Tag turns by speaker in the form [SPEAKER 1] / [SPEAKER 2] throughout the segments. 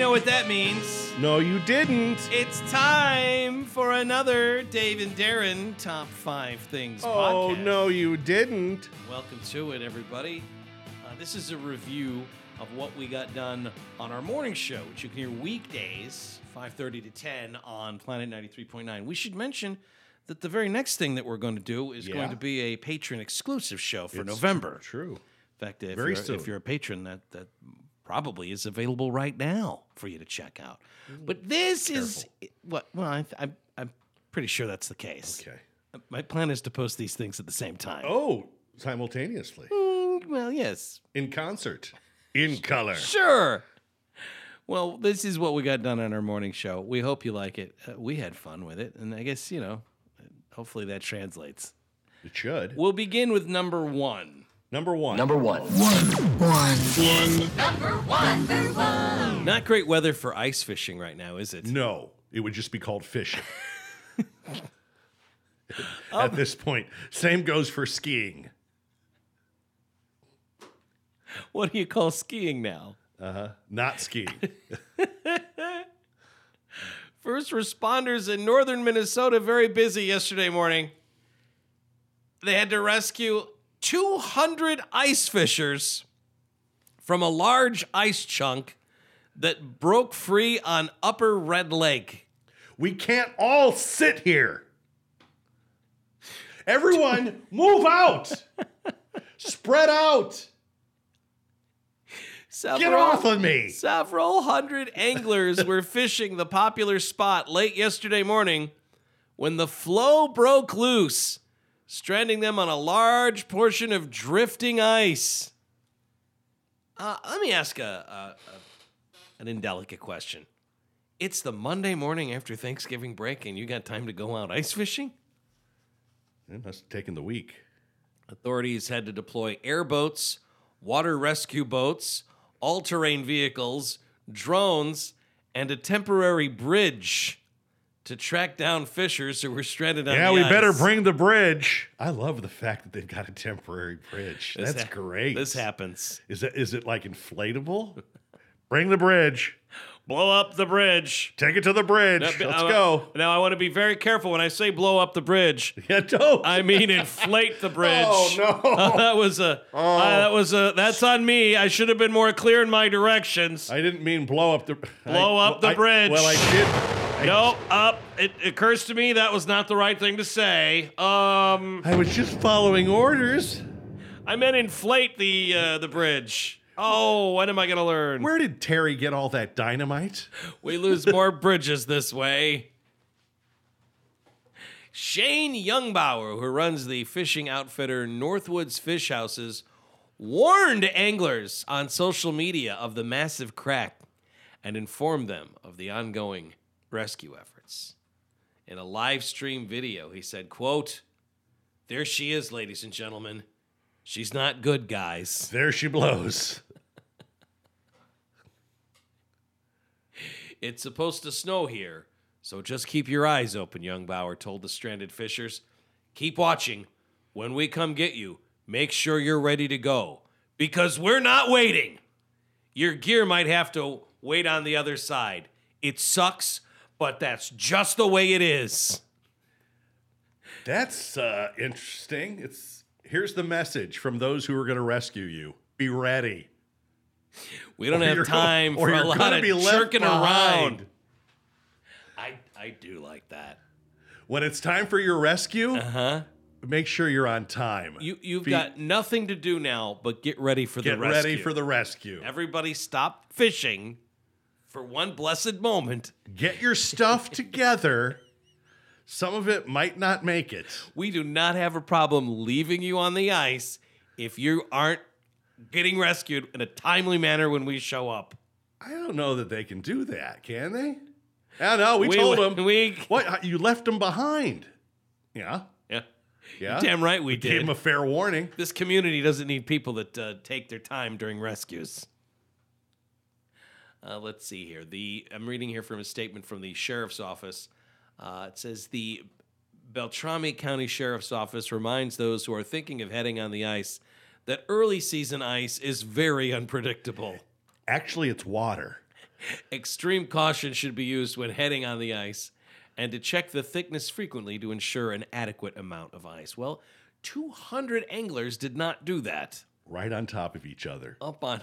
[SPEAKER 1] Oh, what that means.
[SPEAKER 2] No, you didn't.
[SPEAKER 1] It's time for another Dave and Darren Top 5 Things
[SPEAKER 2] Oh,
[SPEAKER 1] podcast.
[SPEAKER 2] no, you didn't.
[SPEAKER 1] Welcome to it, everybody. Uh, this is a review of what we got done on our morning show, which you can hear weekdays, 5.30 to 10 on Planet 93.9. We should mention that the very next thing that we're going to do is
[SPEAKER 2] Yeah.
[SPEAKER 1] going to be a patron exclusive show for November.
[SPEAKER 2] True.
[SPEAKER 1] In fact, if,
[SPEAKER 2] Very
[SPEAKER 1] you're,
[SPEAKER 2] soon.
[SPEAKER 1] if you're a patron, that that probably is available right now for you to check out. But this is what? Well, I, I, I'm pretty sure that's the case.
[SPEAKER 2] Okay.
[SPEAKER 1] My plan is to post these things at the same time.
[SPEAKER 2] Oh, simultaneously.
[SPEAKER 1] Mm, well, yes,
[SPEAKER 2] In concert. In color.
[SPEAKER 1] sure. Well, this is what we got done on our morning show. We hope you like it. Uh, we had fun with it, and I guess you know, hopefully that translates.
[SPEAKER 2] It should.
[SPEAKER 1] We'll begin with number one.
[SPEAKER 2] Number one.
[SPEAKER 3] Number one.
[SPEAKER 1] Not great weather for ice fishing right now, is it?
[SPEAKER 2] No, it would just be called fishing.
[SPEAKER 3] Um.
[SPEAKER 2] At this point, same goes for skiing.
[SPEAKER 1] What do you call skiing now?
[SPEAKER 2] Not skiing.
[SPEAKER 1] First responders in northern Minnesota very busy yesterday morning. They had to rescue 200 ice fishers from a large ice chunk that broke free on Upper Red Lake.
[SPEAKER 2] we can't all sit here. Everyone, move out. Spread out.
[SPEAKER 1] Several,
[SPEAKER 2] Get off of me.
[SPEAKER 1] Several hundred anglers were fishing the popular spot late yesterday morning when the flow broke loose, stranding them on a large portion of drifting ice. Uh, let me ask a, a, a- an indelicate question. It's the Monday morning after Thanksgiving break, and you got time to go out ice fishing?
[SPEAKER 2] It must have taken the week.
[SPEAKER 1] Authorities had to deploy airboats, water rescue boats, all terrain vehicles, drones, and a temporary bridge to track down fishers who were stranded on
[SPEAKER 2] Yeah,
[SPEAKER 1] the
[SPEAKER 2] we
[SPEAKER 1] ice.
[SPEAKER 2] better bring the bridge. I love the fact that they've got a temporary bridge.
[SPEAKER 1] This
[SPEAKER 2] That's
[SPEAKER 1] hap-
[SPEAKER 2] great.
[SPEAKER 1] This happens.
[SPEAKER 2] Is that is it like inflatable? bring the bridge.
[SPEAKER 1] Blow up the bridge.
[SPEAKER 2] Take it to the bridge.
[SPEAKER 1] Now,
[SPEAKER 2] Let's
[SPEAKER 1] I-
[SPEAKER 2] go.
[SPEAKER 1] Now, I want to be very careful when I say blow up the bridge.
[SPEAKER 2] Yeah, don't.
[SPEAKER 1] I mean inflate the bridge.
[SPEAKER 2] Oh no. Oh.
[SPEAKER 1] that was a. I- that was a. That's on me. I should have been more clear in my directions.
[SPEAKER 2] I didn't mean blow up the
[SPEAKER 1] Blow
[SPEAKER 2] I-
[SPEAKER 1] up the
[SPEAKER 2] I-
[SPEAKER 1] bridge.
[SPEAKER 2] Well, I did. I,
[SPEAKER 1] No, up. It occurs to me that was not the right thing to say. Um,
[SPEAKER 2] I was just following orders.
[SPEAKER 1] I meant inflate the uh, the bridge. Oh, when am I gonna learn?
[SPEAKER 2] Where did Terry get all that dynamite?
[SPEAKER 1] we lose more bridges this way. Shane Youngbauer, who runs the fishing outfitter Northwoods Fish Houses, warned anglers on social media of the massive crack and informed them of the ongoing rescue efforts. In a live stream video, he said, quote, There she is, ladies and gentlemen. She's not good, guys.
[SPEAKER 2] There she blows.
[SPEAKER 1] It's supposed to snow here, so just keep your eyes open, young Bauer told the stranded fishers. Keep watching. When we come get you, make sure you're ready to go because we're not waiting. Your gear might have to wait on the other side. It sucks, but that's just the way it is.
[SPEAKER 2] That's uh, interesting. It's here's the message from those who are going to rescue you: Be ready.
[SPEAKER 1] We don't
[SPEAKER 2] You're
[SPEAKER 1] have time
[SPEAKER 2] go- or
[SPEAKER 1] for a
[SPEAKER 2] you're
[SPEAKER 1] lot
[SPEAKER 2] gonna
[SPEAKER 1] of
[SPEAKER 2] be left
[SPEAKER 1] jerking
[SPEAKER 2] behind.
[SPEAKER 1] around. I, I do like that.
[SPEAKER 2] When it's time for your rescue, uh-huh. make sure you're on time.
[SPEAKER 1] You, you've
[SPEAKER 2] Be-
[SPEAKER 1] got nothing to do now but get ready for
[SPEAKER 2] get
[SPEAKER 1] the rescue.
[SPEAKER 2] ready for the rescue.
[SPEAKER 1] Everybody stop fishing for one blessed moment.
[SPEAKER 2] Get your stuff together. Some of it might not make it.
[SPEAKER 1] We do not have a problem leaving you on the ice if you aren't getting rescued in a timely manner when we show up.
[SPEAKER 2] I don't know that they can do that, can they? I don't know. We,
[SPEAKER 1] We-
[SPEAKER 2] told them.
[SPEAKER 1] we-
[SPEAKER 2] what you left them behind. Yeah,
[SPEAKER 1] Yeah.
[SPEAKER 2] yeah.
[SPEAKER 1] Damn right we
[SPEAKER 2] Gave
[SPEAKER 1] did.
[SPEAKER 2] them a fair warning.
[SPEAKER 1] this community doesn't need people that uh, take their time during rescues. Uh, let's see here. The I'm reading here from a statement from the sheriff's office. Uh, it says the Beltrami County Sheriff's Office reminds those who are thinking of heading on the ice that early season ice is very unpredictable.
[SPEAKER 2] Actually, it's water.
[SPEAKER 1] Extreme caution should be used when heading on the ice and to check the thickness frequently to ensure an adequate amount of ice. Well, 200 anglers did not do that.
[SPEAKER 2] Right on top of each other.
[SPEAKER 1] Up on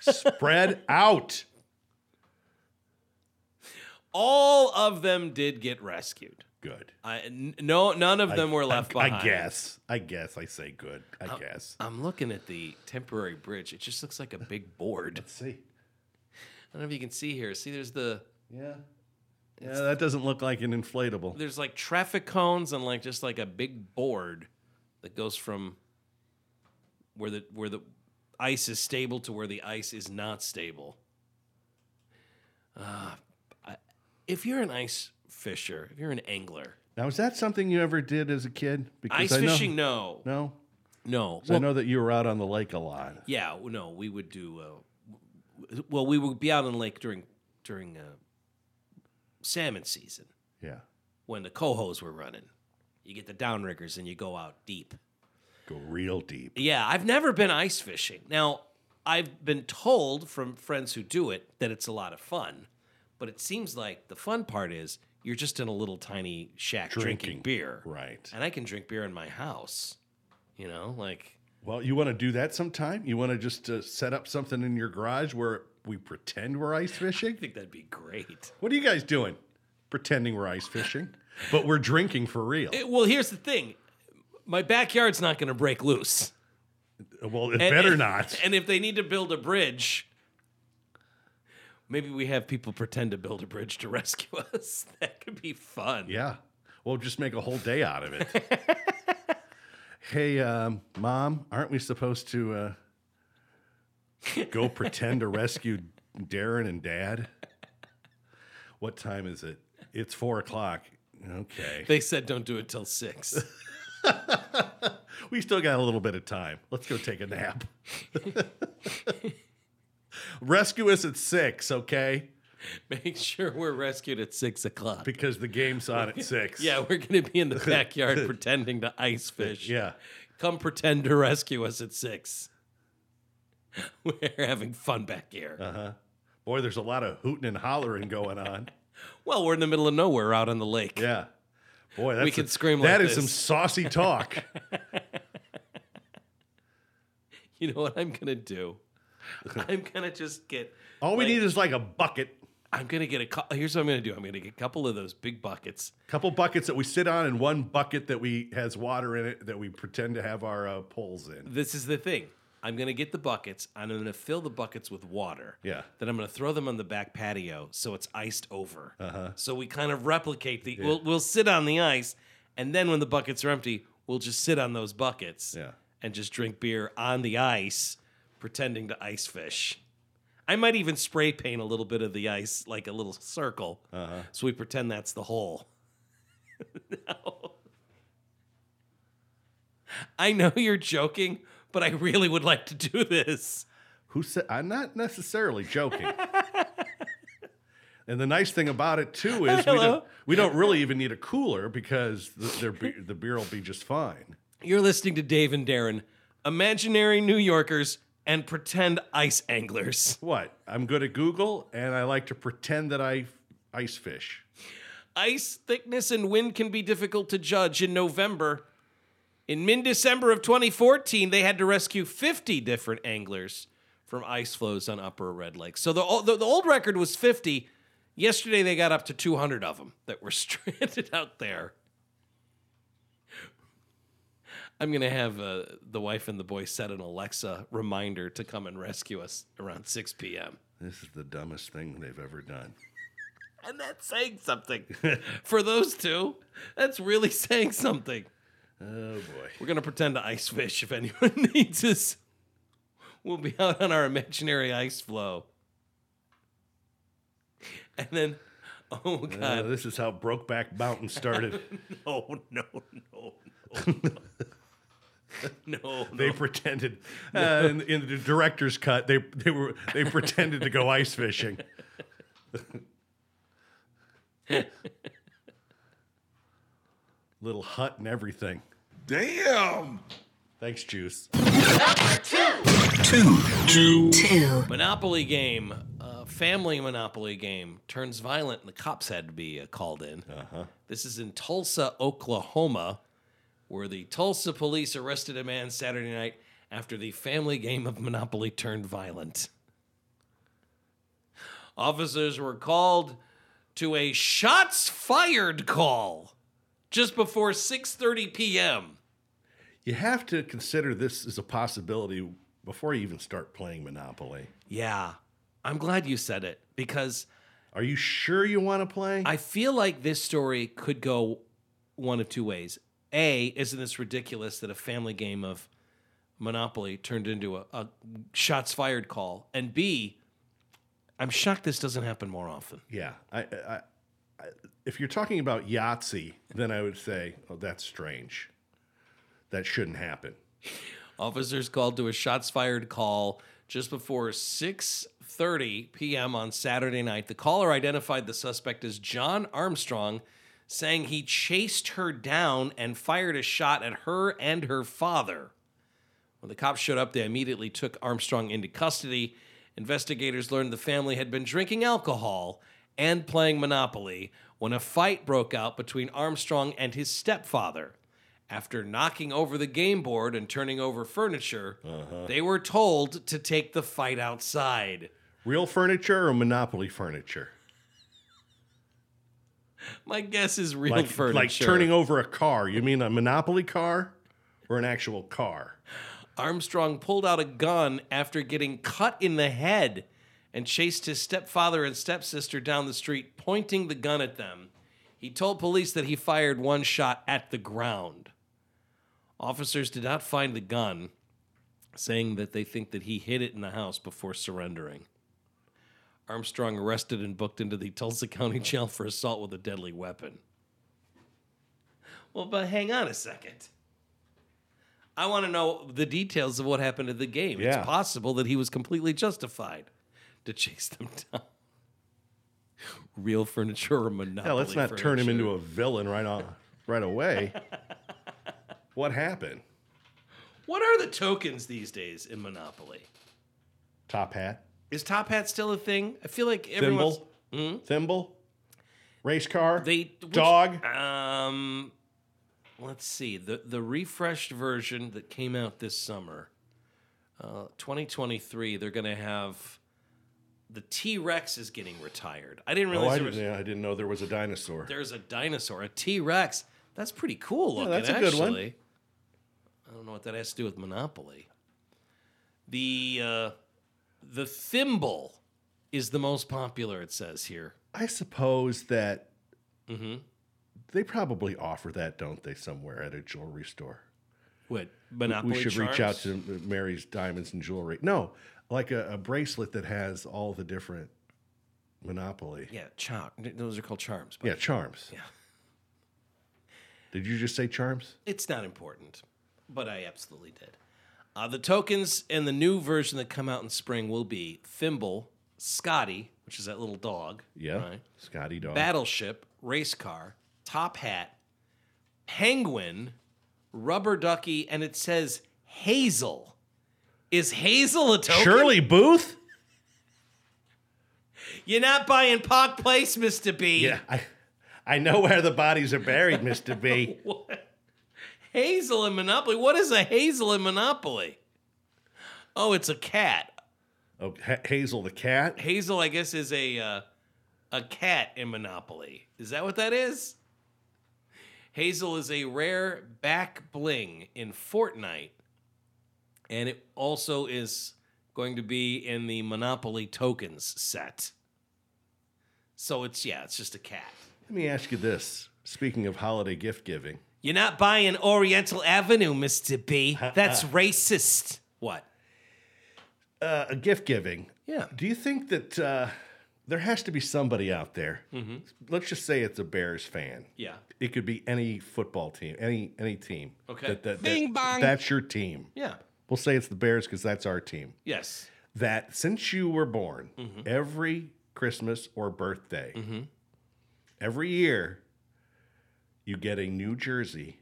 [SPEAKER 2] Spread out.
[SPEAKER 1] all of them did get rescued.
[SPEAKER 2] Good.
[SPEAKER 1] I n no, none of them were left
[SPEAKER 2] I,
[SPEAKER 1] behind. Uh,
[SPEAKER 2] I guess. I guess I say good. I guess.
[SPEAKER 1] I'm looking at the temporary bridge. It just looks like a big board.
[SPEAKER 2] Let's see.
[SPEAKER 1] I don't know if you can see here. See, there's the
[SPEAKER 2] Yeah. Yeah, that doesn't look like an inflatable.
[SPEAKER 1] there's like traffic cones and like just like a big board that goes from where the where the ice is stable to where the ice is not stable. Uh, I, if you're an ice fisher, if you're an angler,
[SPEAKER 2] Now, is that something you ever did as a kid?
[SPEAKER 1] ice
[SPEAKER 2] I know-
[SPEAKER 1] fishing, no, no.
[SPEAKER 2] No. So
[SPEAKER 1] Well,
[SPEAKER 2] I know that you were out on the lake a lot.
[SPEAKER 1] yeah, w- no, we would do. Uh, w- well, we would be out on the lake during during uh, salmon season
[SPEAKER 2] Yeah.
[SPEAKER 1] when the cohos were running. You get the downriggers and you go out deep.
[SPEAKER 2] Go real deep.
[SPEAKER 1] Yeah, I've never been ice fishing. Now, I've been told from friends who do it that it's a lot of fun, but it seems like the fun part is you're just in a little tiny shack drinking,
[SPEAKER 2] Drinking,
[SPEAKER 1] beer.
[SPEAKER 2] Right.
[SPEAKER 1] And I can drink beer in my house. You know, like
[SPEAKER 2] Well, you want to do that sometime? You want to just uh, set up something in your garage where we pretend we're ice fishing?
[SPEAKER 1] I think that'd be great.
[SPEAKER 2] What are you guys doing? Pretending we're ice fishing, but we're drinking for real.
[SPEAKER 1] It- well, here's the thing. My backyard's not going to break loose.
[SPEAKER 2] well, it
[SPEAKER 1] And-
[SPEAKER 2] better
[SPEAKER 1] and-
[SPEAKER 2] not.
[SPEAKER 1] And if they need to build a bridge, maybe we have people pretend to build a bridge to rescue us. That could be fun.
[SPEAKER 2] yeah. We'll just make a whole day out of it. hey, um, mom, aren't we supposed to uh, go pretend to rescue Darren and dad? What time is it? It's four o'clock. Okay.
[SPEAKER 1] They said don't do it till six.
[SPEAKER 2] We still got a little bit of time. Let's go take a nap. Rescue us at six, okay?
[SPEAKER 1] Make sure we're rescued at six o'clock.
[SPEAKER 2] Because the game's on at six.
[SPEAKER 1] Yeah, we're going to be in the backyard pretending to ice fish.
[SPEAKER 2] Yeah.
[SPEAKER 1] Come pretend to rescue us at six. We're having fun back here.
[SPEAKER 2] Uh-huh. Boy, there's a lot of hooting and hollering going on.
[SPEAKER 1] well, we're in the middle of nowhere out on the lake.
[SPEAKER 2] Yeah. Boy, that's
[SPEAKER 1] can scream
[SPEAKER 2] That
[SPEAKER 1] like
[SPEAKER 2] is some
[SPEAKER 1] this.
[SPEAKER 2] saucy talk.
[SPEAKER 1] You know what I'm going to do? I'm going to just get.
[SPEAKER 2] All we
[SPEAKER 1] Like-
[SPEAKER 2] need is like a bucket,
[SPEAKER 1] I'm going to get a. cou- Here's what I'm going to do I'm going to get a couple of those big buckets.
[SPEAKER 2] couple buckets that we sit on, and one bucket that we has water in it that we pretend to have our uh, poles in.
[SPEAKER 1] This is the thing. I'm going to get the buckets. and I'm going to fill the buckets with water.
[SPEAKER 2] Yeah.
[SPEAKER 1] Then I'm going to throw them on the back patio so it's iced over. Uh-huh. So we kind of replicate the. We'll, we'll sit on the ice, and then when the buckets are empty, we'll just sit on those buckets
[SPEAKER 2] Yeah.
[SPEAKER 1] and just drink beer on the ice, pretending to ice fish. I might even spray paint a little bit of the ice, like a little circle, uh-huh. so we pretend that's the hole. no. I know you're joking, but I really would like to do this.
[SPEAKER 2] Who said I'm not necessarily joking. and the nice thing about it too is we don't,
[SPEAKER 1] Hello.
[SPEAKER 2] we don't really even need a cooler because the, their be- the beer will be just fine.
[SPEAKER 1] You're listening to Dave and Darren, imaginary New Yorkers and pretend ice anglers.
[SPEAKER 2] What? I'm good at Google and I like to pretend that I ice fish.
[SPEAKER 1] Ice thickness and wind can be difficult to judge in November. In mid December of 2014, they had to rescue 50 different anglers from ice floes on Upper Red Lake. So the, ol- the, the old record was 50. Yesterday, they got up to 200 of them that were stranded out there. I'm going to have uh, the wife and the boy set an Alexa reminder to come and rescue us around 6 p.m.
[SPEAKER 2] This is the dumbest thing they've ever done.
[SPEAKER 1] And that's saying something. For those two, that's really saying something.
[SPEAKER 2] Oh boy.
[SPEAKER 1] We're going to pretend to ice fish if anyone needs us. We'll be out on our imaginary ice floe. And then, oh
[SPEAKER 2] Uh,
[SPEAKER 1] God.
[SPEAKER 2] this is how Brokeback Mountain started.
[SPEAKER 1] Oh, no, no, no. No, no.
[SPEAKER 2] They pretended uh, in, in the director's cut. They they were they pretended to go ice fishing. Little hut and everything.
[SPEAKER 3] Damn!
[SPEAKER 2] Thanks, Juice.
[SPEAKER 4] Two. Two.
[SPEAKER 1] Monopoly game. Uh, family Monopoly game turns violent and the cops had to be uh, called in. This is in Tulsa, Oklahoma, where the Tulsa police arrested a man Saturday night after the family game of Monopoly turned violent. Officers were called to a shots fired call just before 6:30 p.m.
[SPEAKER 2] You have to consider this as a possibility before you even start playing Monopoly.
[SPEAKER 1] Yeah. I'm glad you said it because
[SPEAKER 2] Are you sure you want to play?
[SPEAKER 1] I feel like this story could go one of two ways. A, isn't this ridiculous that a family game of Monopoly turned into a, a shots fired call? And B, I'm shocked this doesn't happen more often.
[SPEAKER 2] yeah. I, I, I, if you're talking about Yahtzee, then I would say, oh, that's strange. That shouldn't happen.
[SPEAKER 1] Officers called to a shots fired call just before 6:30 p.m. on Saturday night. The caller identified the suspect as John Armstrong, saying he chased her down and fired a shot at her and her father. When the cops showed up, they immediately took Armstrong into custody. Investigators learned the family had been drinking alcohol and playing Monopoly when a fight broke out between Armstrong and his stepfather. After knocking over the game board and turning over furniture,
[SPEAKER 2] Uh-huh.
[SPEAKER 1] they were told to take the fight outside.
[SPEAKER 2] Real furniture or Monopoly furniture?
[SPEAKER 1] My guess is real
[SPEAKER 2] Like,
[SPEAKER 1] furniture.
[SPEAKER 2] like turning over a car. You mean a Monopoly car or an actual car?
[SPEAKER 1] Armstrong pulled out a gun after getting cut in the head and chased his stepfather and stepsister down the street, pointing the gun at them. He told police that he fired one shot at the ground. Officers did not find the gun, saying that they think that he hid it in the house before surrendering. Armstrong arrested and booked into the Tulsa County Jail for assault with a deadly weapon. Well, but hang on a second. I want to know the details of what happened at the game.
[SPEAKER 2] Yeah.
[SPEAKER 1] It's possible that he was completely justified to chase them down. Real furniture or monopoly.
[SPEAKER 2] Yeah, let's not turn him
[SPEAKER 1] furniture.
[SPEAKER 2] into a villain right on right away. what happened?
[SPEAKER 1] What are the tokens these days in Monopoly?
[SPEAKER 2] Top hat,
[SPEAKER 1] Is Top Hat still a thing? I feel like everyone's
[SPEAKER 2] thimble, thimble, race car,
[SPEAKER 1] Hmm? they which-
[SPEAKER 2] dog.
[SPEAKER 1] Um, let's see the the refreshed version that came out this summer, uh, 2023. They're gonna have the T Rex is getting retired. I didn't
[SPEAKER 2] Oh,
[SPEAKER 1] realize
[SPEAKER 2] I,
[SPEAKER 1] there was,
[SPEAKER 2] didn't, yeah, I didn't know there was a dinosaur.
[SPEAKER 1] there's a dinosaur, a T Rex. That's pretty cool looking.
[SPEAKER 2] that's a
[SPEAKER 1] actually.
[SPEAKER 2] good one.
[SPEAKER 1] I don't know what that has to do with Monopoly. The uh, the thimble is the most popular. It says here.
[SPEAKER 2] I suppose that
[SPEAKER 1] Mhm.
[SPEAKER 2] they probably offer that, don't they, somewhere at a jewelry store?
[SPEAKER 1] What Monopoly?
[SPEAKER 2] we should reach out
[SPEAKER 1] charms?
[SPEAKER 2] to Mary's Diamonds and Jewelry. No, like a, a bracelet that has all the different Monopoly.
[SPEAKER 1] Yeah, charm. Those are called charms. But
[SPEAKER 2] Yeah, charms.
[SPEAKER 1] Yeah.
[SPEAKER 2] Did you just say charms?
[SPEAKER 1] It's not important, but I absolutely did. Uh, the tokens and the new version that come out in spring will be Thimble, Scotty, which is that little dog.
[SPEAKER 2] Yeah.
[SPEAKER 1] right?
[SPEAKER 2] Scotty Dog.
[SPEAKER 1] Battleship, race car, top hat, penguin, rubber ducky, and it says Hazel. Is Hazel a token?
[SPEAKER 2] Shirley Booth?
[SPEAKER 1] You're not buying Park Place, Mr. B.
[SPEAKER 2] Yeah. I, I know where the bodies are buried, Mr. B.
[SPEAKER 1] What? Hazel and Monopoly. What is a Hazel and Monopoly? Oh, it's a cat.
[SPEAKER 2] Oh, Ha- Hazel the cat?
[SPEAKER 1] Hazel, I guess, is a uh, a cat in Monopoly. Is that what that is? Hazel is a rare back bling in Fortnite, and it also is going to be in the Monopoly tokens set. So it's yeah, it's just a cat.
[SPEAKER 2] Let me ask you this. Speaking of holiday gift giving,
[SPEAKER 1] You're not buying Oriental Avenue, Mr. B. That's racist. What?
[SPEAKER 2] uh, a gift giving.
[SPEAKER 1] Yeah.
[SPEAKER 2] Do you think that uh, there has to be somebody out there? Let's just say it's a Bears fan.
[SPEAKER 1] Yeah.
[SPEAKER 2] It could be any football team, any any team.
[SPEAKER 1] Okay.
[SPEAKER 2] That, that,
[SPEAKER 1] Bing
[SPEAKER 2] that,
[SPEAKER 1] bong.
[SPEAKER 2] That's your team.
[SPEAKER 1] Yeah.
[SPEAKER 2] We'll say it's the Bears because that's our team.
[SPEAKER 1] Yes.
[SPEAKER 2] That since you were born, every Christmas or birthday, every year, you get a new jersey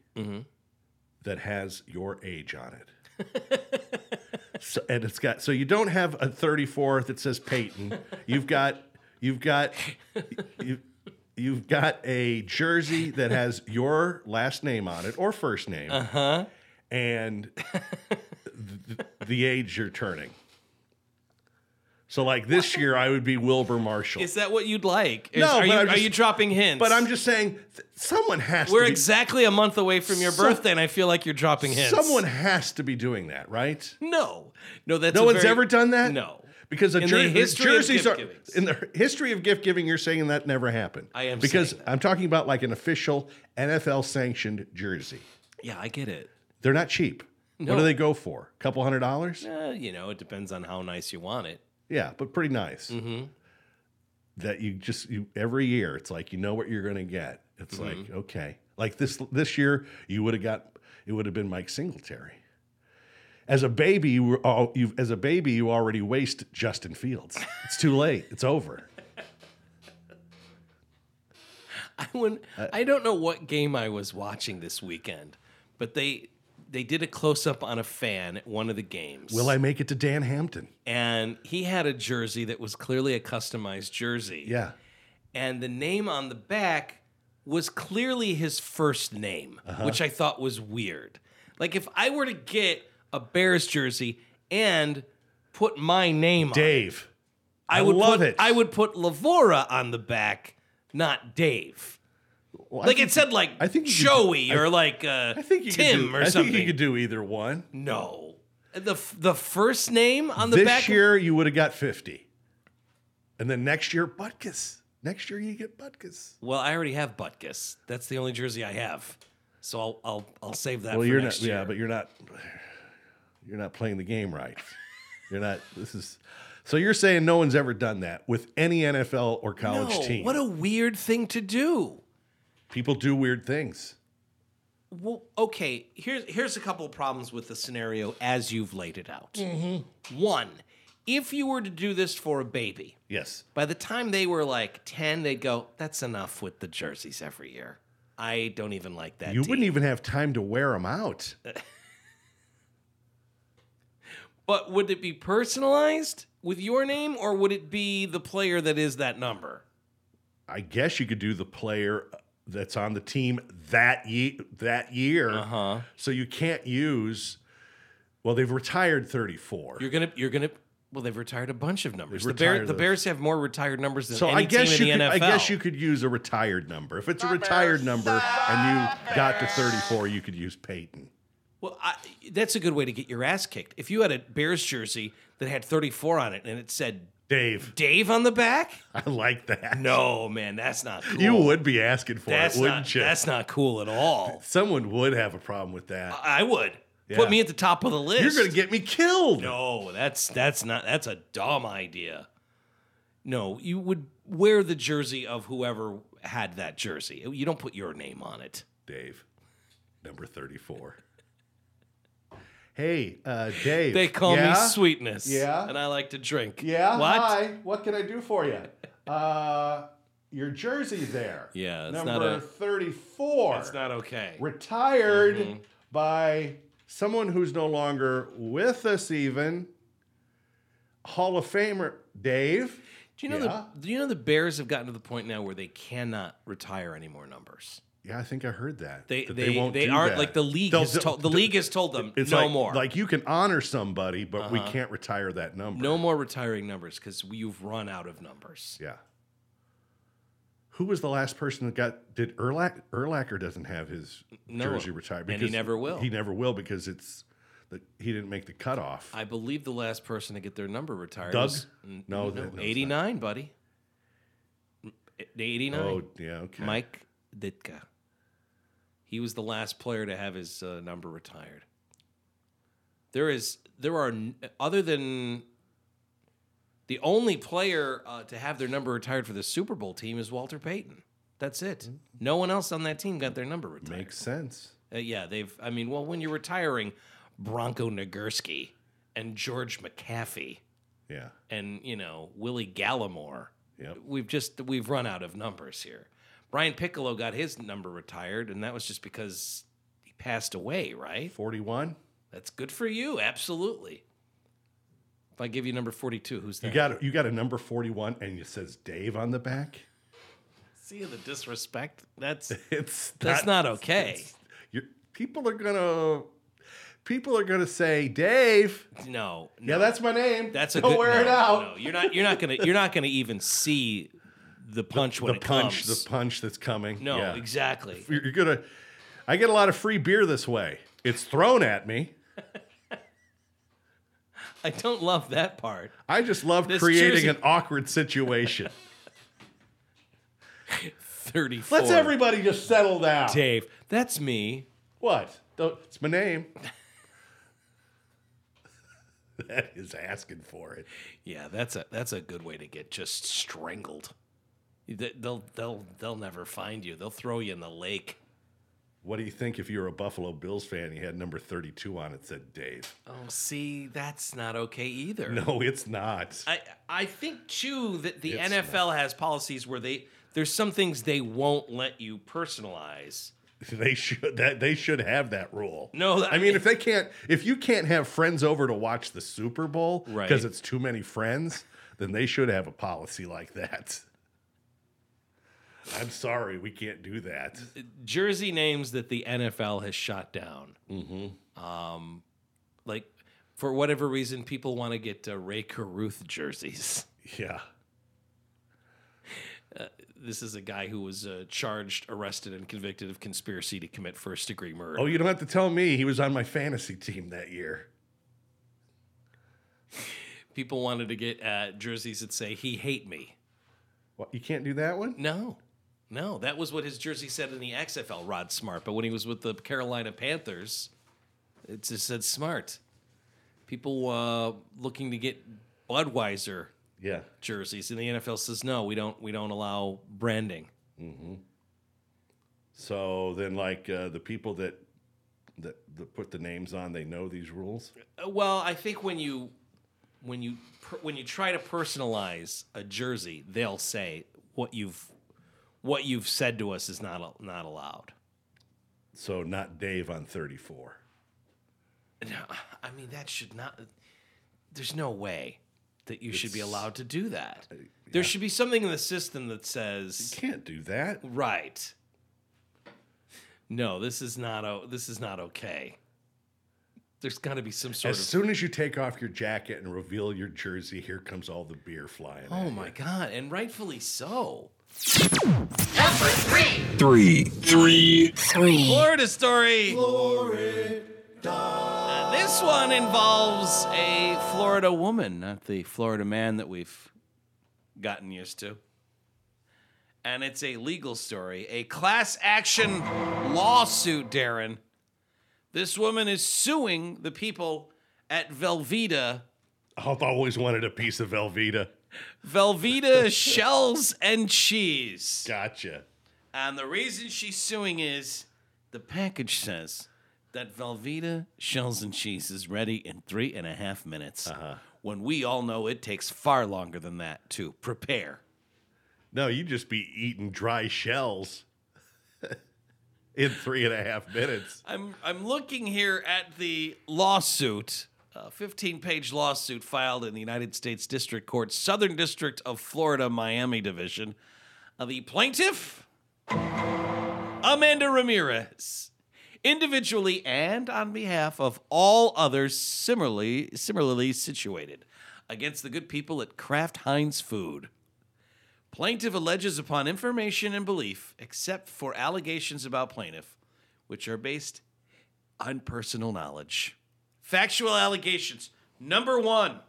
[SPEAKER 2] that has your age on it. So, and it's got so you don't have a 34 that says Peyton. You've got you've got you you've got a jersey that has your last name on it or first name. Uh-huh. And th- the age you're turning. So like this year I would be Wilbur Marshall.
[SPEAKER 1] Is that what you'd like? Is-
[SPEAKER 2] No,
[SPEAKER 1] are
[SPEAKER 2] but
[SPEAKER 1] you,
[SPEAKER 2] I'm
[SPEAKER 1] are
[SPEAKER 2] just-
[SPEAKER 1] you dropping hints?
[SPEAKER 2] but I'm just saying th- someone has
[SPEAKER 1] We're
[SPEAKER 2] to be,
[SPEAKER 1] exactly a month away from your
[SPEAKER 2] Some-
[SPEAKER 1] birthday, and I feel like you're dropping hints.
[SPEAKER 2] someone has to be doing that, right?
[SPEAKER 1] No, no, that's
[SPEAKER 2] No
[SPEAKER 1] a
[SPEAKER 2] one's
[SPEAKER 1] very-
[SPEAKER 2] ever done that?
[SPEAKER 1] No,
[SPEAKER 2] Because a
[SPEAKER 1] In
[SPEAKER 2] jer-
[SPEAKER 1] the history of
[SPEAKER 2] jerseys
[SPEAKER 1] gift
[SPEAKER 2] are
[SPEAKER 1] givings.
[SPEAKER 2] in the history of gift giving. You're saying that never happened.
[SPEAKER 1] I am
[SPEAKER 2] because
[SPEAKER 1] saying that.
[SPEAKER 2] I'm talking about like an official NFL sanctioned jersey.
[SPEAKER 1] yeah, I get it.
[SPEAKER 2] They're not cheap.
[SPEAKER 1] No.
[SPEAKER 2] What do they go for? A couple hundred dollars?
[SPEAKER 1] Uh, you know, it depends on how nice you want it.
[SPEAKER 2] Yeah, but pretty nice. That you just you, every year it's like you know what you're going to get. It's like okay, like this this year you would have got it would have been Mike Singletary. As a baby, you were all you as a baby you already waste Justin Fields. It's too late. It's over.
[SPEAKER 1] I wouldn't, I don't know what game I was watching this weekend, but they they did a close up on a fan at one of the games.
[SPEAKER 2] Will I make it to Dan Hampton?
[SPEAKER 1] and he had a jersey that was clearly a customized jersey.
[SPEAKER 2] Yeah.
[SPEAKER 1] and the name on the back was clearly his first name,
[SPEAKER 2] Uh-huh.
[SPEAKER 1] which I thought was weird. Like if I were to get a Bears jersey and put my name on it,
[SPEAKER 2] Dave.
[SPEAKER 1] I would
[SPEAKER 2] love
[SPEAKER 1] put,
[SPEAKER 2] it.
[SPEAKER 1] I would put Lavora on the back, not Dave.
[SPEAKER 2] Well, I
[SPEAKER 1] Like
[SPEAKER 2] think-
[SPEAKER 1] it said like
[SPEAKER 2] I think you could-
[SPEAKER 1] Joey or like uh,
[SPEAKER 2] I think you
[SPEAKER 1] Tim
[SPEAKER 2] could do,
[SPEAKER 1] or
[SPEAKER 2] I
[SPEAKER 1] something.
[SPEAKER 2] think you could do either one.
[SPEAKER 1] no. The f- the first name on the
[SPEAKER 2] this
[SPEAKER 1] back
[SPEAKER 2] year you would have got 50. And then next year, Butkus. Next year you get Butkus.
[SPEAKER 1] Well, I already have Butkus. That's the only jersey I have. So I'll I'll, I'll save that
[SPEAKER 2] Well,
[SPEAKER 1] for
[SPEAKER 2] you're
[SPEAKER 1] next
[SPEAKER 2] not
[SPEAKER 1] year.
[SPEAKER 2] yeah, but you're not you're not playing the game right. You're not this is so you're saying no one's ever done that with any NFL or college
[SPEAKER 1] No,
[SPEAKER 2] team.
[SPEAKER 1] What a weird thing to do.
[SPEAKER 2] People do weird things.
[SPEAKER 1] Well, okay, here's here's a couple of problems with the scenario as you've laid it out.
[SPEAKER 2] Mm-hmm.
[SPEAKER 1] One, if you were to do this for a baby,
[SPEAKER 2] Yes.
[SPEAKER 1] by the time they were like 10, they'd go, that's enough with the jerseys every year. I don't even like that.
[SPEAKER 2] You
[SPEAKER 1] team." Uh,
[SPEAKER 2] wouldn't even have time to wear them out.
[SPEAKER 1] But would it be personalized with your name or would it be the player that is that number?
[SPEAKER 2] I guess you could do the player that's on the team that ye- that year.
[SPEAKER 1] Uh-huh.
[SPEAKER 2] So you can't use. Well, they've retired 34.
[SPEAKER 1] You're gonna you're gonna well, they've retired a bunch of numbers.
[SPEAKER 2] They've
[SPEAKER 1] The, Bear,
[SPEAKER 2] retired
[SPEAKER 1] the
[SPEAKER 2] those.
[SPEAKER 1] Bears have more retired numbers than
[SPEAKER 2] so
[SPEAKER 1] any
[SPEAKER 2] I guess you
[SPEAKER 1] team in
[SPEAKER 2] could,
[SPEAKER 1] the NFL.
[SPEAKER 2] I guess you could use a retired number. If it's a retired number and you got to 34, you could use Peyton.
[SPEAKER 1] Well, I, that's a good way to get your ass kicked. If you had a Bears jersey that had 34 on it and it said
[SPEAKER 2] Dave,
[SPEAKER 1] Dave on the back,
[SPEAKER 2] I like that.
[SPEAKER 1] no, man, that's not cool.
[SPEAKER 2] You would be asking for
[SPEAKER 1] that's
[SPEAKER 2] it, wouldn't
[SPEAKER 1] not,
[SPEAKER 2] you?
[SPEAKER 1] That's not Uh, cool at all.
[SPEAKER 2] Someone would have a problem with that.
[SPEAKER 1] I would
[SPEAKER 2] Yeah.
[SPEAKER 1] put me at the top of the list.
[SPEAKER 2] You're going to get me killed.
[SPEAKER 1] no. That's that's not that's a dumb idea. No, you would wear the jersey of whoever had that jersey. You don't put your name on it.
[SPEAKER 2] Dave, number 34. Hey, uh, Dave.
[SPEAKER 1] They call
[SPEAKER 2] yeah?
[SPEAKER 1] me sweetness.
[SPEAKER 2] Yeah?
[SPEAKER 1] and I like to drink.
[SPEAKER 2] Yeah.
[SPEAKER 1] What?
[SPEAKER 2] Hi. What can I do for you? Uh, your jersey there.
[SPEAKER 1] Yeah, it's
[SPEAKER 2] number
[SPEAKER 1] not a-
[SPEAKER 2] 34.
[SPEAKER 1] That's not okay.
[SPEAKER 2] retired
[SPEAKER 1] Mm-hmm.
[SPEAKER 2] by someone who's no longer with us, even. Hall of Famer Dave.
[SPEAKER 1] Do you know
[SPEAKER 2] Yeah.
[SPEAKER 1] the Do you know the Bears have gotten to the point now where they cannot retire any more numbers?
[SPEAKER 2] Yeah, I think I heard that.
[SPEAKER 1] They
[SPEAKER 2] that
[SPEAKER 1] they they,
[SPEAKER 2] do
[SPEAKER 1] aren't
[SPEAKER 2] that.
[SPEAKER 1] like the league
[SPEAKER 2] They'll-
[SPEAKER 1] has
[SPEAKER 2] they'll-
[SPEAKER 1] told the league has told them
[SPEAKER 2] It's
[SPEAKER 1] no
[SPEAKER 2] like,
[SPEAKER 1] more Uh-huh.
[SPEAKER 2] Like you can honor somebody, but we can't retire that number.
[SPEAKER 1] no more retiring numbers because you've run out of numbers.
[SPEAKER 2] Yeah. Who was the last person that got did Erlach Erlacher doesn't have his
[SPEAKER 1] No.
[SPEAKER 2] jersey retired
[SPEAKER 1] And he never will.
[SPEAKER 2] He never will because it's the, he didn't make the cutoff.
[SPEAKER 1] I believe the last person to get their number retired
[SPEAKER 2] Doug?
[SPEAKER 1] was n- no,
[SPEAKER 2] No, that- no, it's not.
[SPEAKER 1] eighty nine, buddy. Eighty nine,
[SPEAKER 2] oh yeah, okay.
[SPEAKER 1] Mike Ditka. He was the last player to have his uh, number retired. There is there are n- other than the only player uh, to have their number retired for the Super Bowl team is Walter Payton. That's it. No one else on that team got their number retired.
[SPEAKER 2] Makes sense.
[SPEAKER 1] Uh, yeah, they've. I mean, well, when you're retiring, Bronco Nagurski and George McAfee
[SPEAKER 2] Yeah.
[SPEAKER 1] and you know Willie Gallimore.
[SPEAKER 2] Yep.
[SPEAKER 1] We've just we've run out of numbers here. Brian Piccolo got his number retired, and that was just because he passed away, right?
[SPEAKER 2] Forty one.
[SPEAKER 1] That's good for you, absolutely. If I give you number 42, who's that?
[SPEAKER 2] You got you got a number forty one, and it says Dave on the back.
[SPEAKER 1] See the disrespect? That's
[SPEAKER 2] It's
[SPEAKER 1] that's not okay.
[SPEAKER 2] You're, people are gonna people are gonna say Dave.
[SPEAKER 1] No, no.
[SPEAKER 2] Yeah, that's my name.
[SPEAKER 1] That's a
[SPEAKER 2] don't
[SPEAKER 1] good,
[SPEAKER 2] wear
[SPEAKER 1] no,
[SPEAKER 2] it out.
[SPEAKER 1] No, you're not. You're not gonna. You're not gonna even see the punch when
[SPEAKER 2] The
[SPEAKER 1] it
[SPEAKER 2] punch,
[SPEAKER 1] comes.
[SPEAKER 2] the punch that's coming.
[SPEAKER 1] no,
[SPEAKER 2] Yeah.
[SPEAKER 1] exactly.
[SPEAKER 2] You're, you're gonna. I get a lot of free beer this way. It's thrown at me.
[SPEAKER 1] I don't love that part.
[SPEAKER 2] I just love
[SPEAKER 1] This
[SPEAKER 2] creating
[SPEAKER 1] Jersey-
[SPEAKER 2] an awkward situation.
[SPEAKER 1] Thirty-four.
[SPEAKER 2] Let's everybody just settle down.
[SPEAKER 1] Dave. That's me.
[SPEAKER 2] What? Don't- It's my name. that is asking for it.
[SPEAKER 1] Yeah, that's a that's a good way to get just strangled. They- They'll they'll they'll never find you. They'll throw you in the lake.
[SPEAKER 2] What do you think if you were a Buffalo Bills fan? You had number 32 on it said Dave.
[SPEAKER 1] Oh, see, that's not okay either.
[SPEAKER 2] No, it's not.
[SPEAKER 1] I I think too that the
[SPEAKER 2] It's
[SPEAKER 1] NFL has policies where they there's some things they won't let you personalize.
[SPEAKER 2] They should that they should have that rule.
[SPEAKER 1] No,
[SPEAKER 2] I mean if they can't if you can't have friends over to watch the Super Bowl because
[SPEAKER 1] Right.
[SPEAKER 2] it's too many friends, then they should have a policy like that. I'm sorry, we can't do that.
[SPEAKER 1] jersey names that the NFL has shot down. Mm-hmm. Um, like for whatever reason, people want to get uh, Ray Caruth jerseys.
[SPEAKER 2] Yeah.
[SPEAKER 1] This is a guy who was uh, charged, arrested, and convicted of conspiracy to commit first degree murder.
[SPEAKER 2] Oh, you don't have to tell me. He was on my fantasy team that year.
[SPEAKER 1] People wanted to get uh, jerseys that say "He hate me."
[SPEAKER 2] What, you can't do that one?
[SPEAKER 1] No, no, that was what his jersey said in the XFL. Rod Smart, but when he was with the Carolina Panthers, it just said Smart. People uh, looking to get Budweiser
[SPEAKER 2] Yeah.
[SPEAKER 1] jerseys, and the NFL says no, we don't we don't allow branding.
[SPEAKER 2] So then, like uh, the people that, that that put the names on, they know these rules.
[SPEAKER 1] Uh, Well, I think when you when you per, when you try to personalize a jersey, they'll say what you've what you've said to us is not al- not allowed.
[SPEAKER 2] So not Dave on thirty four.
[SPEAKER 1] No, I mean that should not. There's no way that you should be allowed to do that. There should be something in the system that says
[SPEAKER 2] Can't do that.
[SPEAKER 1] right. No, this is not o- this is not okay. There's got to be some sort
[SPEAKER 2] As
[SPEAKER 1] of
[SPEAKER 2] soon as you take off your jacket and reveal your jersey, here comes all the beer flying. at
[SPEAKER 1] Oh
[SPEAKER 2] you.
[SPEAKER 1] my god, and rightfully so.
[SPEAKER 3] Number three.
[SPEAKER 4] three, three,
[SPEAKER 3] Three.
[SPEAKER 1] Florida story. Uh, this one involves a Florida woman, not the Florida man that we've gotten used to. And it's a legal story, a class action lawsuit, Darren. This woman is suing the people at Velveeta.
[SPEAKER 2] I've always wanted a piece of Velveeta.
[SPEAKER 1] Velveeta shells and cheese.
[SPEAKER 2] Gotcha.
[SPEAKER 1] And the reason she's suing is the package says that Velveeta shells and cheese is ready in three and a half minutes. When we all know it takes far longer than that to prepare.
[SPEAKER 2] No, you just be eating dry shells in three and a half minutes.
[SPEAKER 1] I'm I'm looking here at the lawsuit, a 15-page lawsuit filed in the United States District Court, Southern District of Florida, Miami Division. Uh, the plaintiff, Amanda Ramirez, individually and on behalf of all others similarly similarly situated, against the good people at Kraft Heinz Food. Plaintiff alleges upon information and belief, except for allegations about plaintiff, which are based on personal knowledge. Factual allegations. Number one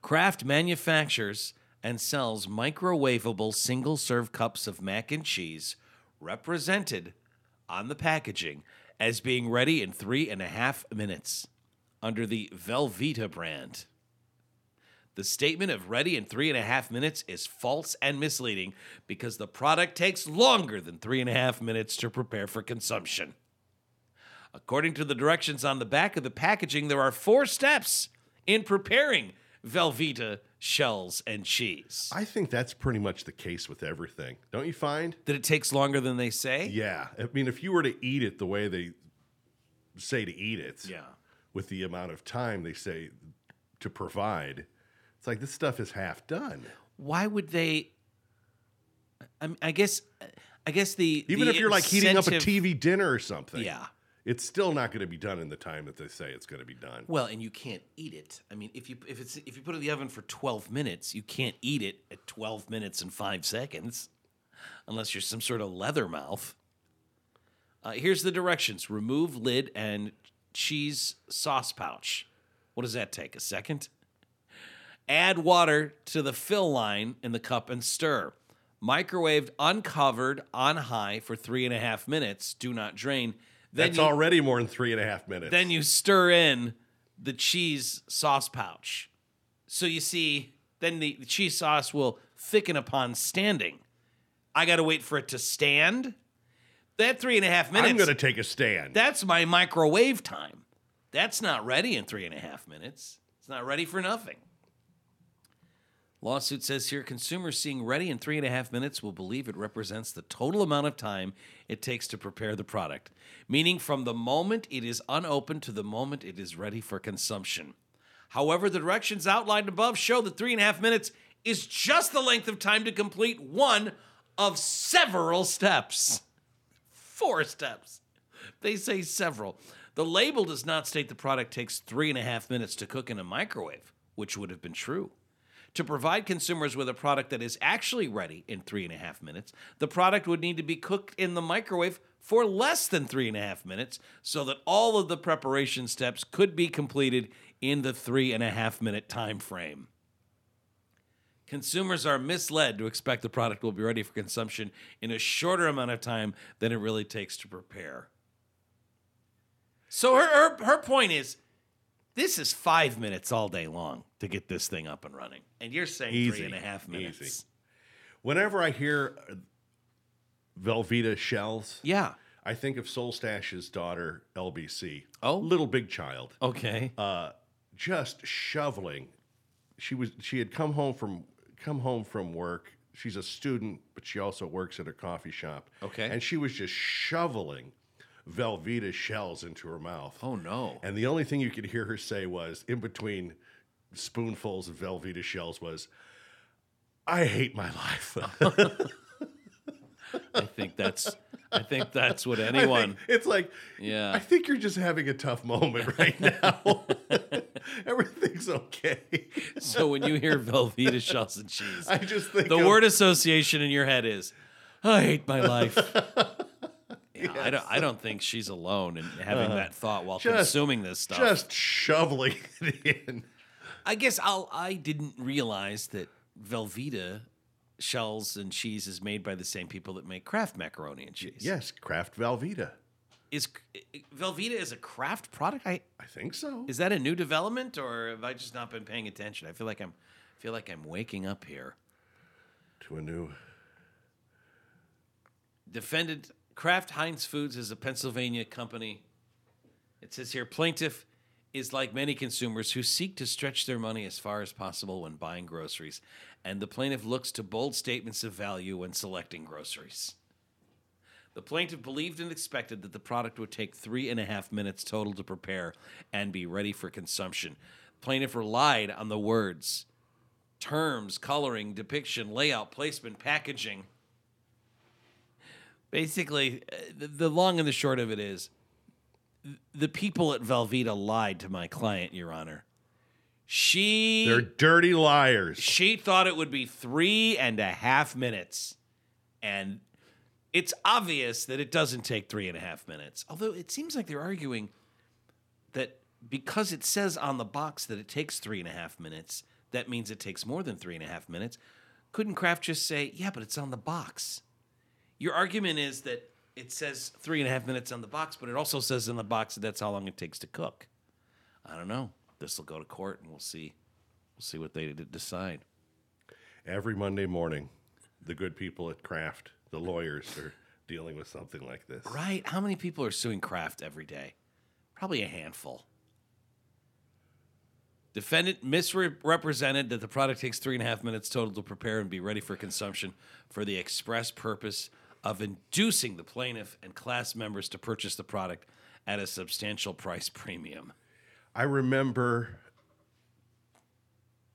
[SPEAKER 1] Kraft manufactures and sells microwavable single serve cups of mac and cheese represented on the packaging as being ready in three and a half minutes under the Velveeta brand. The statement of ready in three and a half minutes is false and misleading because the product takes longer than three and a half minutes to prepare for consumption. According to the directions on the back of the packaging, there are four steps in preparing Velveeta shells and cheese.
[SPEAKER 2] I think that's pretty much the case with everything. Don't you find?
[SPEAKER 1] That it takes longer than they say?
[SPEAKER 2] Yeah. I mean, if you were to eat it the way they say to eat it,
[SPEAKER 1] Yeah.
[SPEAKER 2] with the amount of time they say to provide. It's like this stuff is half done.
[SPEAKER 1] Why would they? I, mean, I guess, I guess the
[SPEAKER 2] Even
[SPEAKER 1] the
[SPEAKER 2] if you're like heating up a
[SPEAKER 1] incentive-
[SPEAKER 2] TV dinner or something.
[SPEAKER 1] Yeah.
[SPEAKER 2] It's still not going to be done in the time that they say it's going to be done.
[SPEAKER 1] Well, and you can't eat it. I mean, if you if it's if you put it in the oven for twelve minutes, you can't eat it at twelve minutes and five seconds, unless you're some sort of leather mouth. Uh, here's the directions: remove lid and cheese sauce pouch. What does that take? A second. Add water to the fill line in the cup and stir. Microwaved uncovered on high for three and a half minutes. Do not drain. Then
[SPEAKER 2] That's
[SPEAKER 1] you-
[SPEAKER 2] already more than three and a half minutes.
[SPEAKER 1] then you stir in the cheese sauce pouch. So you see, then the, the cheese sauce will thicken upon standing. I got to wait for it to stand. That three and a half minutes.
[SPEAKER 2] I'm going to take a stand.
[SPEAKER 1] that's my microwave time. That's not ready in three and a half minutes. It's not ready for nothing. Lawsuit says here consumers seeing ready in three and a half minutes will believe it represents the total amount of time it takes to prepare the product, meaning from the moment it is unopened to the moment it is ready for consumption. However, the directions outlined above show that three and a half minutes is just the length of time to complete one of several steps. Four steps. They say several. The label does not state the product takes three and a half minutes to cook in a microwave, which would have been true. To provide consumers with a product that is actually ready in three and a half minutes, the product would need to be cooked in the microwave for less than three and a half minutes so that all of the preparation steps could be completed in the three and a half minute time frame. Consumers are misled to expect the product will be ready for consumption in a shorter amount of time than it really takes to prepare. So her her, her point is, this is five minutes all day long to get this thing up and running, and you're saying
[SPEAKER 2] Easy.
[SPEAKER 1] three and a half
[SPEAKER 2] Easy.
[SPEAKER 1] minutes.
[SPEAKER 2] Whenever I hear uh, Velveeta shells,
[SPEAKER 1] Yeah.
[SPEAKER 2] I think of Soulstash's daughter, LBC.
[SPEAKER 1] Oh.
[SPEAKER 2] Little Big Child.
[SPEAKER 1] Okay.
[SPEAKER 2] uh, just shoveling. She was she had come home from come home from work. She's a student, but she also works at a coffee shop.
[SPEAKER 1] Okay.
[SPEAKER 2] And she was just shoveling Velveeta shells into her mouth.
[SPEAKER 1] oh no.
[SPEAKER 2] And the only thing you could hear her say was in between spoonfuls of Velveeta shells was I hate my life.
[SPEAKER 1] I think that's I think that's what
[SPEAKER 2] I think
[SPEAKER 1] anyone.
[SPEAKER 2] it's like I
[SPEAKER 1] Yeah.
[SPEAKER 2] think you're just having a tough moment right now. Everything's okay.
[SPEAKER 1] So when you hear Velveeta shells and cheese,
[SPEAKER 2] I just think
[SPEAKER 1] the
[SPEAKER 2] of-
[SPEAKER 1] word association in your head is, I hate my life. Yeah, I don't. I don't think she's alone in having that thought while
[SPEAKER 2] Uh-huh. Just-
[SPEAKER 1] consuming this stuff.
[SPEAKER 2] Just shoveling it in.
[SPEAKER 1] I guess I'll, I didn't realize that Velveeta shells and cheese is made by the same people that make Kraft macaroni and cheese.
[SPEAKER 2] Yes, Kraft Velveeta.
[SPEAKER 1] is Velveeta is a Kraft product? I
[SPEAKER 2] I think so.
[SPEAKER 1] is that a new development or have I just not been paying attention? I feel like I'm I feel like I'm waking up here.
[SPEAKER 2] to a new.
[SPEAKER 1] Defendant Kraft Heinz Foods is a Pennsylvania company. It says here plaintiff is like many consumers who seek to stretch their money as far as possible when buying groceries, and the plaintiff looks to bold statements of value when selecting groceries. The plaintiff believed and expected that the product would take three and a half minutes total to prepare and be ready for consumption. Plaintiff relied on the words, terms, coloring, depiction, layout, placement, packaging. Basically, uh, the, the long and the short of it is th- the people at Velveeta lied to my client, Your Honor. She
[SPEAKER 2] They're dirty liars.
[SPEAKER 1] she thought it would be three and a half minutes. And it's obvious that it doesn't take three and a half minutes. Although it seems like they're arguing that because it says on the box that it takes three and a half minutes, that means it takes more than three and a half minutes. Couldn't Kraft just say, yeah, but it's on the box? Your argument is that it says three and a half minutes on the box, but it also says in the box that that's how long it takes to cook. I don't know. This will go to court and we'll see. We'll see what they d- decide.
[SPEAKER 2] Every Monday morning, the good people at Kraft, the lawyers, are dealing with something like this.
[SPEAKER 1] Right? How many people are suing Kraft every day? Probably a handful. Defendant misrepresented that the product takes three and a half minutes total to prepare and be ready for consumption for the express purpose of inducing the plaintiff and class members to purchase the product at a substantial price premium.
[SPEAKER 2] I remember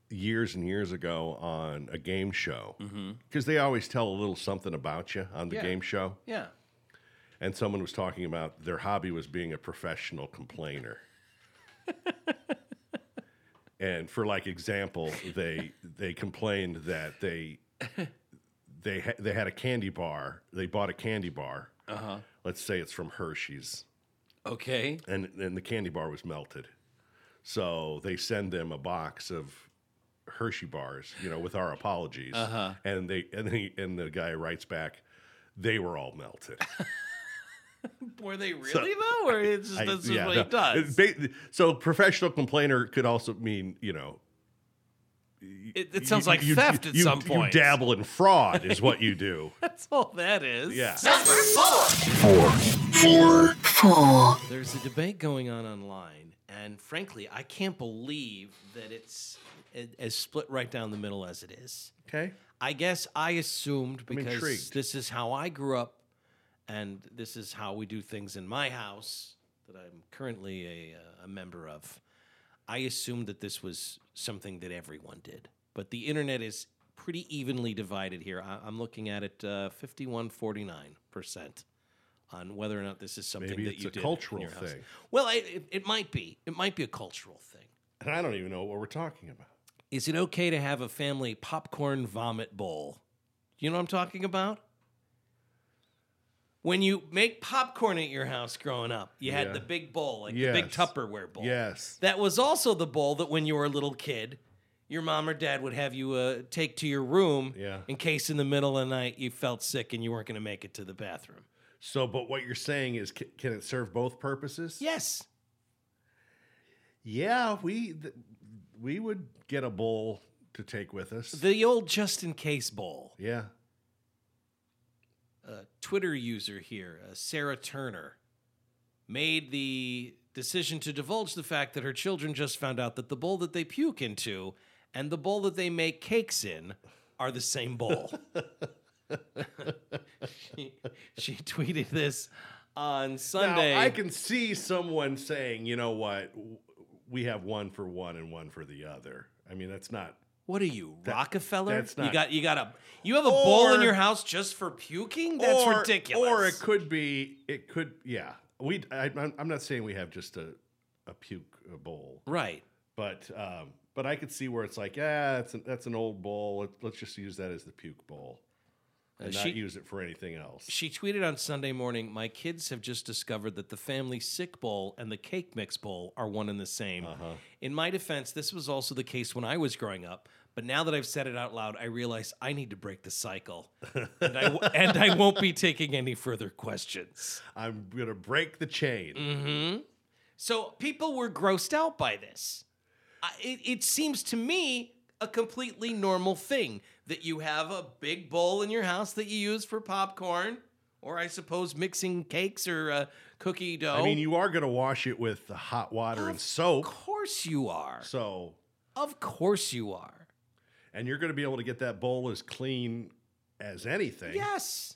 [SPEAKER 2] years and years ago on a game show because they always tell a little something about you on the
[SPEAKER 1] Yeah.
[SPEAKER 2] game show.
[SPEAKER 1] Yeah.
[SPEAKER 2] And someone was talking about their hobby was being a professional complainer. and for like example, they they complained that they they ha- they had a candy bar. They bought a candy bar. Uh-huh. Let's say it's from Hershey's
[SPEAKER 1] Okay.
[SPEAKER 2] and and the candy bar was melted. So they send them a box of Hershey bars, you know, with our apologies. Uh-huh. And they and they and the guy writes back, they were all melted.
[SPEAKER 1] Were they really though, or it's just
[SPEAKER 2] I-
[SPEAKER 1] this is
[SPEAKER 2] yeah,
[SPEAKER 1] what
[SPEAKER 2] no,
[SPEAKER 1] he does?
[SPEAKER 2] it's ba- so professional complainer could also mean, you know,
[SPEAKER 1] It, it sounds
[SPEAKER 2] you-
[SPEAKER 1] like
[SPEAKER 2] you-
[SPEAKER 1] theft at
[SPEAKER 2] you-
[SPEAKER 1] some
[SPEAKER 2] you
[SPEAKER 1] point.
[SPEAKER 2] dabble in fraud is what you do.
[SPEAKER 1] That's all that is.
[SPEAKER 2] Yeah.
[SPEAKER 3] Number four.
[SPEAKER 4] four,
[SPEAKER 1] There's a debate going on online, and frankly, I can't believe that it's a- as split right down the middle as it is.
[SPEAKER 2] Okay.
[SPEAKER 1] I guess I assumed because
[SPEAKER 2] intrigued.
[SPEAKER 1] this is how I grew up, and this is how we do things in my house that I'm currently a, uh, a member of. I assumed that this was something that everyone did, but the internet is pretty evenly divided here. I, I'm looking at it uh, 51 49 percent on whether or not this is something
[SPEAKER 2] Maybe
[SPEAKER 1] that
[SPEAKER 2] it's
[SPEAKER 1] you
[SPEAKER 2] a
[SPEAKER 1] did in
[SPEAKER 2] cultural
[SPEAKER 1] your house.
[SPEAKER 2] thing.
[SPEAKER 1] Well, I, it, it might be. It might be a cultural thing.
[SPEAKER 2] And I don't even know what we're talking about.
[SPEAKER 1] Is it okay to have a family popcorn vomit bowl? You know what I'm talking about? When you make popcorn at your house growing up, you had
[SPEAKER 2] Yeah.
[SPEAKER 1] the big bowl, like the big
[SPEAKER 2] Yes.
[SPEAKER 1] Tupperware bowl.
[SPEAKER 2] Yes.
[SPEAKER 1] That was also the bowl that when you were a little kid, your mom or dad would have you uh, take to your room
[SPEAKER 2] Yeah.
[SPEAKER 1] in case in the middle of the night you felt sick and you weren't going to make it to the bathroom.
[SPEAKER 2] So, but what you're saying is, c- can it serve both purposes?
[SPEAKER 1] Yes.
[SPEAKER 2] Yeah, we th- we would get a bowl to take with us.
[SPEAKER 1] The old just in case bowl.
[SPEAKER 2] yeah.
[SPEAKER 1] uh, Twitter user here, uh, Sarah Turner, made the decision to divulge the fact that her children just found out that the bowl that they puke into and the bowl that they make cakes in are the same bowl. she, she tweeted this on Sunday.
[SPEAKER 2] Now, I can see someone saying, you know what, w- we have one for one and one for the other. I mean, that's not.
[SPEAKER 1] what are you, Rockefeller?
[SPEAKER 2] that's
[SPEAKER 1] you
[SPEAKER 2] not-
[SPEAKER 1] got you got a you have a bowl in
[SPEAKER 2] Or-
[SPEAKER 1] your house just for puking? That's
[SPEAKER 2] Or-
[SPEAKER 1] ridiculous.
[SPEAKER 2] Or it could be. It could. Yeah. We. I, I'm I'm not saying we have just a a puke uh, bowl,
[SPEAKER 1] right.
[SPEAKER 2] but um, but I could see where it's like, yeah, that's an, that's an old bowl. Let, let's just use that as the puke bowl and not
[SPEAKER 1] she-
[SPEAKER 2] use it for anything else.
[SPEAKER 1] She tweeted on Sunday morning, "My kids have just discovered that the family sick bowl and the cake mix bowl are one and the same. In my defense, this was also the case when I was growing up, but now that I've said it out loud, I realize I need to break the cycle, and I w- and I won't be taking any further questions."
[SPEAKER 2] I'm gonna break the chain.
[SPEAKER 1] Mm, Mm-hmm. So people were grossed out by this. I, it, it seems to me a completely normal thing that you have a big bowl in your house that you use for popcorn, or I suppose mixing cakes or uh, cookie dough.
[SPEAKER 2] I mean, you are gonna wash it with the hot water and soap.
[SPEAKER 1] of course you are.
[SPEAKER 2] So,
[SPEAKER 1] Of course you are.
[SPEAKER 2] and you're going to be able to get that bowl as clean as anything.
[SPEAKER 1] Yes.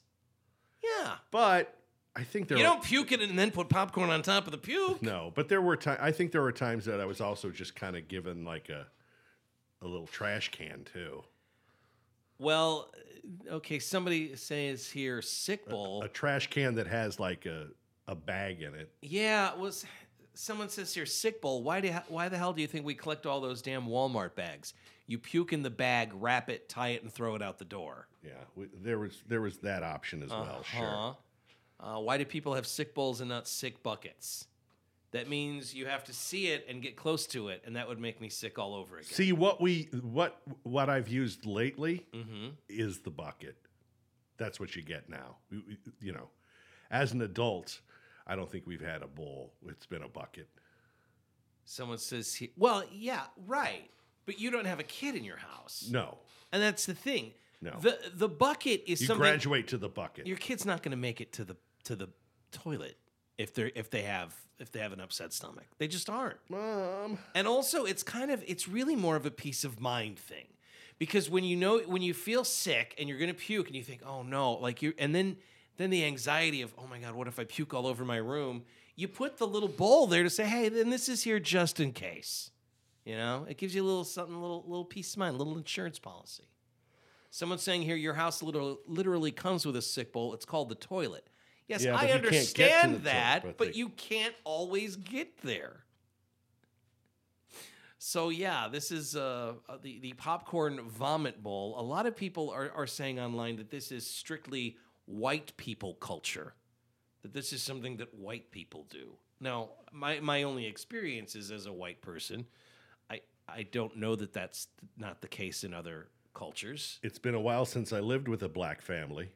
[SPEAKER 1] Yeah.
[SPEAKER 2] But I think there
[SPEAKER 1] You
[SPEAKER 2] were,
[SPEAKER 1] don't puke it and then put popcorn on top of the puke.
[SPEAKER 2] no, but there were times I think there were times that I was also just kind of given like a a little trash can too.
[SPEAKER 1] Well, uh, okay. Somebody says here sick bowl.
[SPEAKER 2] A trash can that has like a a bag in it.
[SPEAKER 1] Yeah, it was someone says here sick bowl. Why do you, why the hell do you think we collect all those damn Walmart bags? You puke in the bag, wrap it, tie it, and throw it out the door.
[SPEAKER 2] Yeah, we, there was there was that option as well, sure.
[SPEAKER 1] Huh? Uh, why do people have sick bowls and not sick buckets? That means you have to see it and get close to it, and that would make me sick all over again.
[SPEAKER 2] See what we what what I've used lately
[SPEAKER 1] mm-hmm.
[SPEAKER 2] is the bucket. That's what you get now. You- you- You know, as an adult, I don't think we've had a bowl. It's been a bucket.
[SPEAKER 1] Someone says, he, "Well, yeah, right, but you don't have a kid in your house,
[SPEAKER 2] No,
[SPEAKER 1] and that's the thing.
[SPEAKER 2] No.
[SPEAKER 1] the the bucket is
[SPEAKER 2] you
[SPEAKER 1] something
[SPEAKER 2] graduate to the bucket.
[SPEAKER 1] your kid's not going to make it to the to the toilet if they're if they have if they have an upset stomach. They just aren't.
[SPEAKER 2] Mom,
[SPEAKER 1] And also, it's kind of it's really more of a peace of mind thing because when you know when you feel sick and you're going to puke and you think, oh no, like you, and then then the anxiety of oh my god, what if I puke all over my room? You put the little bowl there to say, hey, then this is here just in case. You know, it gives you a little something, a little little peace of mind, a little insurance policy. Someone's saying here, your house literally, literally comes with a sick bowl. It's called the toilet. Yes,
[SPEAKER 2] Yeah,
[SPEAKER 1] I
[SPEAKER 2] but you can't get to
[SPEAKER 1] understand
[SPEAKER 2] the toilet,
[SPEAKER 1] that,
[SPEAKER 2] but
[SPEAKER 1] but
[SPEAKER 2] they-
[SPEAKER 1] you can't always get there. So yeah, this is uh, uh, the the popcorn vomit bowl. A lot of people are are saying online that this is strictly white people culture, that this is something that white people do. Now, my my only experience is as a white person, I I don't know that that's not the case in other cultures,
[SPEAKER 2] It's been a while since I lived with a black family.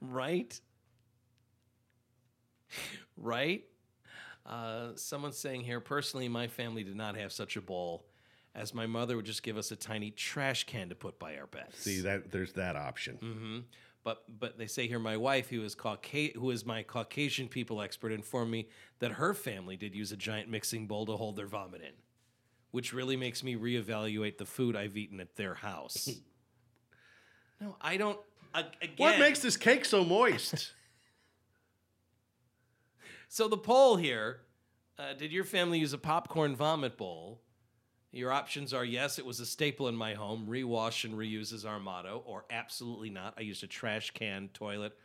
[SPEAKER 1] right? right? Uh, someone's saying here, personally, my family did not have such a bowl, as my mother would just give us a tiny trash can to put by our beds.
[SPEAKER 2] See that there's that option.
[SPEAKER 1] hmm But but they say here, my wife, who is Cauca- who is my Caucasian people expert, informed me that her family did use a giant mixing bowl to hold their vomit in, which really makes me reevaluate the food I've eaten at their house. no, I don't. a- Again,
[SPEAKER 2] What makes this cake so moist?
[SPEAKER 1] So the poll here: uh, Did your family use a popcorn vomit bowl? Your options are yes, it was a staple in my home. Rewash and reuse is our motto, or absolutely not. I used a trash can, toilet,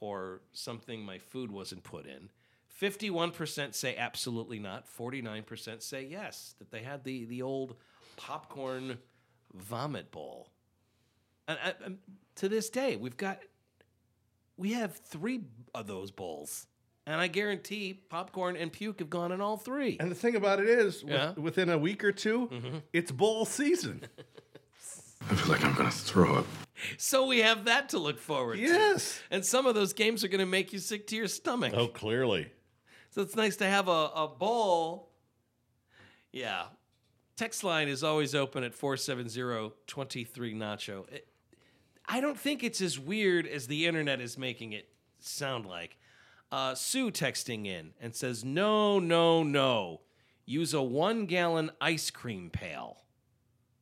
[SPEAKER 1] or something my food wasn't put in. Fifty-one percent say absolutely not. Forty-nine percent say yes, that they had the the old popcorn vomit bowl. And I, i to this day, we've got we have three of those bowls. And I guarantee popcorn and puke have gone in all three.
[SPEAKER 2] and the thing about it is, with-
[SPEAKER 1] Yeah. Mm-hmm.
[SPEAKER 2] within a week or 2 it's bowl season.
[SPEAKER 4] I feel like I'm gonna throw up.
[SPEAKER 1] So we have that to look forward to.
[SPEAKER 2] yes.
[SPEAKER 1] And some of those games are going to make you sick to your stomach.
[SPEAKER 2] Oh, clearly.
[SPEAKER 1] So it's nice to have a, a bowl. Yeah. Text line is always open at 470-23-NACHO. It- I don't think it's as weird as the internet is making it sound like. Uh, Sue texting in and says, no, no, no. Use a one-gallon ice cream pail.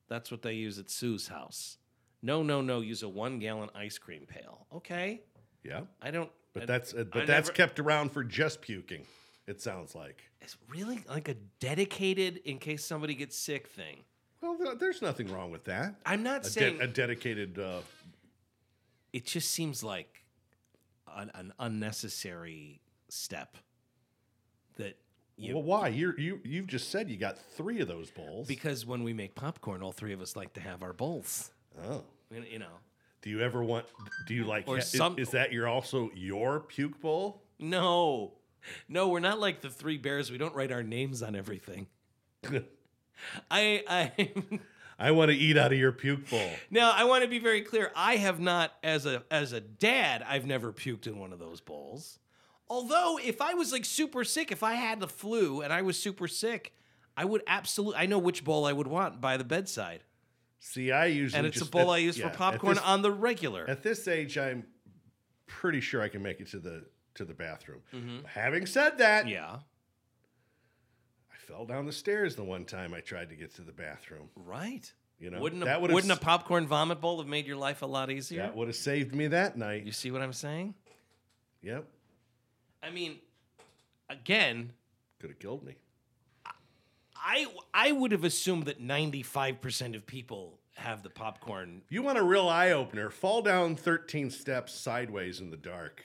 [SPEAKER 1] That's what they use at Sue's house. No, no, no. Use a one-gallon ice cream pail. Okay.
[SPEAKER 2] Yeah.
[SPEAKER 1] I don't...
[SPEAKER 2] But
[SPEAKER 1] I-
[SPEAKER 2] that's uh, but
[SPEAKER 1] I
[SPEAKER 2] that's
[SPEAKER 1] never-
[SPEAKER 2] kept around for just puking. It sounds like.
[SPEAKER 1] It's really like a dedicated in case somebody gets sick thing.
[SPEAKER 2] Well, th- there's nothing wrong with that.
[SPEAKER 1] I'm not
[SPEAKER 2] A, de-
[SPEAKER 1] saying
[SPEAKER 2] a dedicated. Uh,
[SPEAKER 1] it just seems like an, an unnecessary step that you
[SPEAKER 2] well, why? You're, you you've just said you got three of those bowls.
[SPEAKER 1] because when we make popcorn, all three of us like to have our bowls.
[SPEAKER 2] oh.
[SPEAKER 1] You you know,
[SPEAKER 2] Do you ever want? Do you like?
[SPEAKER 1] Or
[SPEAKER 2] is-
[SPEAKER 1] some-
[SPEAKER 2] is, that your also your puke bowl?
[SPEAKER 1] no, no, we're not like the three bears. We don't write our names on everything. I I
[SPEAKER 2] I want to eat out of your puke bowl.
[SPEAKER 1] now I want to be very clear. I have not, as a as a dad, I've never puked in one of those bowls. Although, if I was like super sick, if I had the flu and I was super sick, I would absolutely. I know which bowl I would want by the bedside,
[SPEAKER 2] See, I usually
[SPEAKER 1] and it's a
[SPEAKER 2] just-
[SPEAKER 1] bowl
[SPEAKER 2] at-
[SPEAKER 1] I use
[SPEAKER 2] yeah,
[SPEAKER 1] for
[SPEAKER 2] at
[SPEAKER 1] popcorn
[SPEAKER 2] this-
[SPEAKER 1] on the regular.
[SPEAKER 2] At this age, I'm pretty sure I can make it to the to the bathroom. Having said that,
[SPEAKER 1] Mm-hmm. yeah,
[SPEAKER 2] I fell down the stairs the one time I tried to get to the bathroom.
[SPEAKER 1] right.
[SPEAKER 2] You know,
[SPEAKER 1] wouldn't a,
[SPEAKER 2] that would've
[SPEAKER 1] wouldn't a
[SPEAKER 2] s-
[SPEAKER 1] popcorn vomit bowl have made your life a lot easier?
[SPEAKER 2] That would have saved me that night.
[SPEAKER 1] you see what I'm saying?
[SPEAKER 2] Yep,
[SPEAKER 1] I mean, again,
[SPEAKER 2] could have killed me.
[SPEAKER 1] I I would have assumed that 95% of people have the popcorn
[SPEAKER 2] If you want a real eye opener, fall down 13 steps sideways in the dark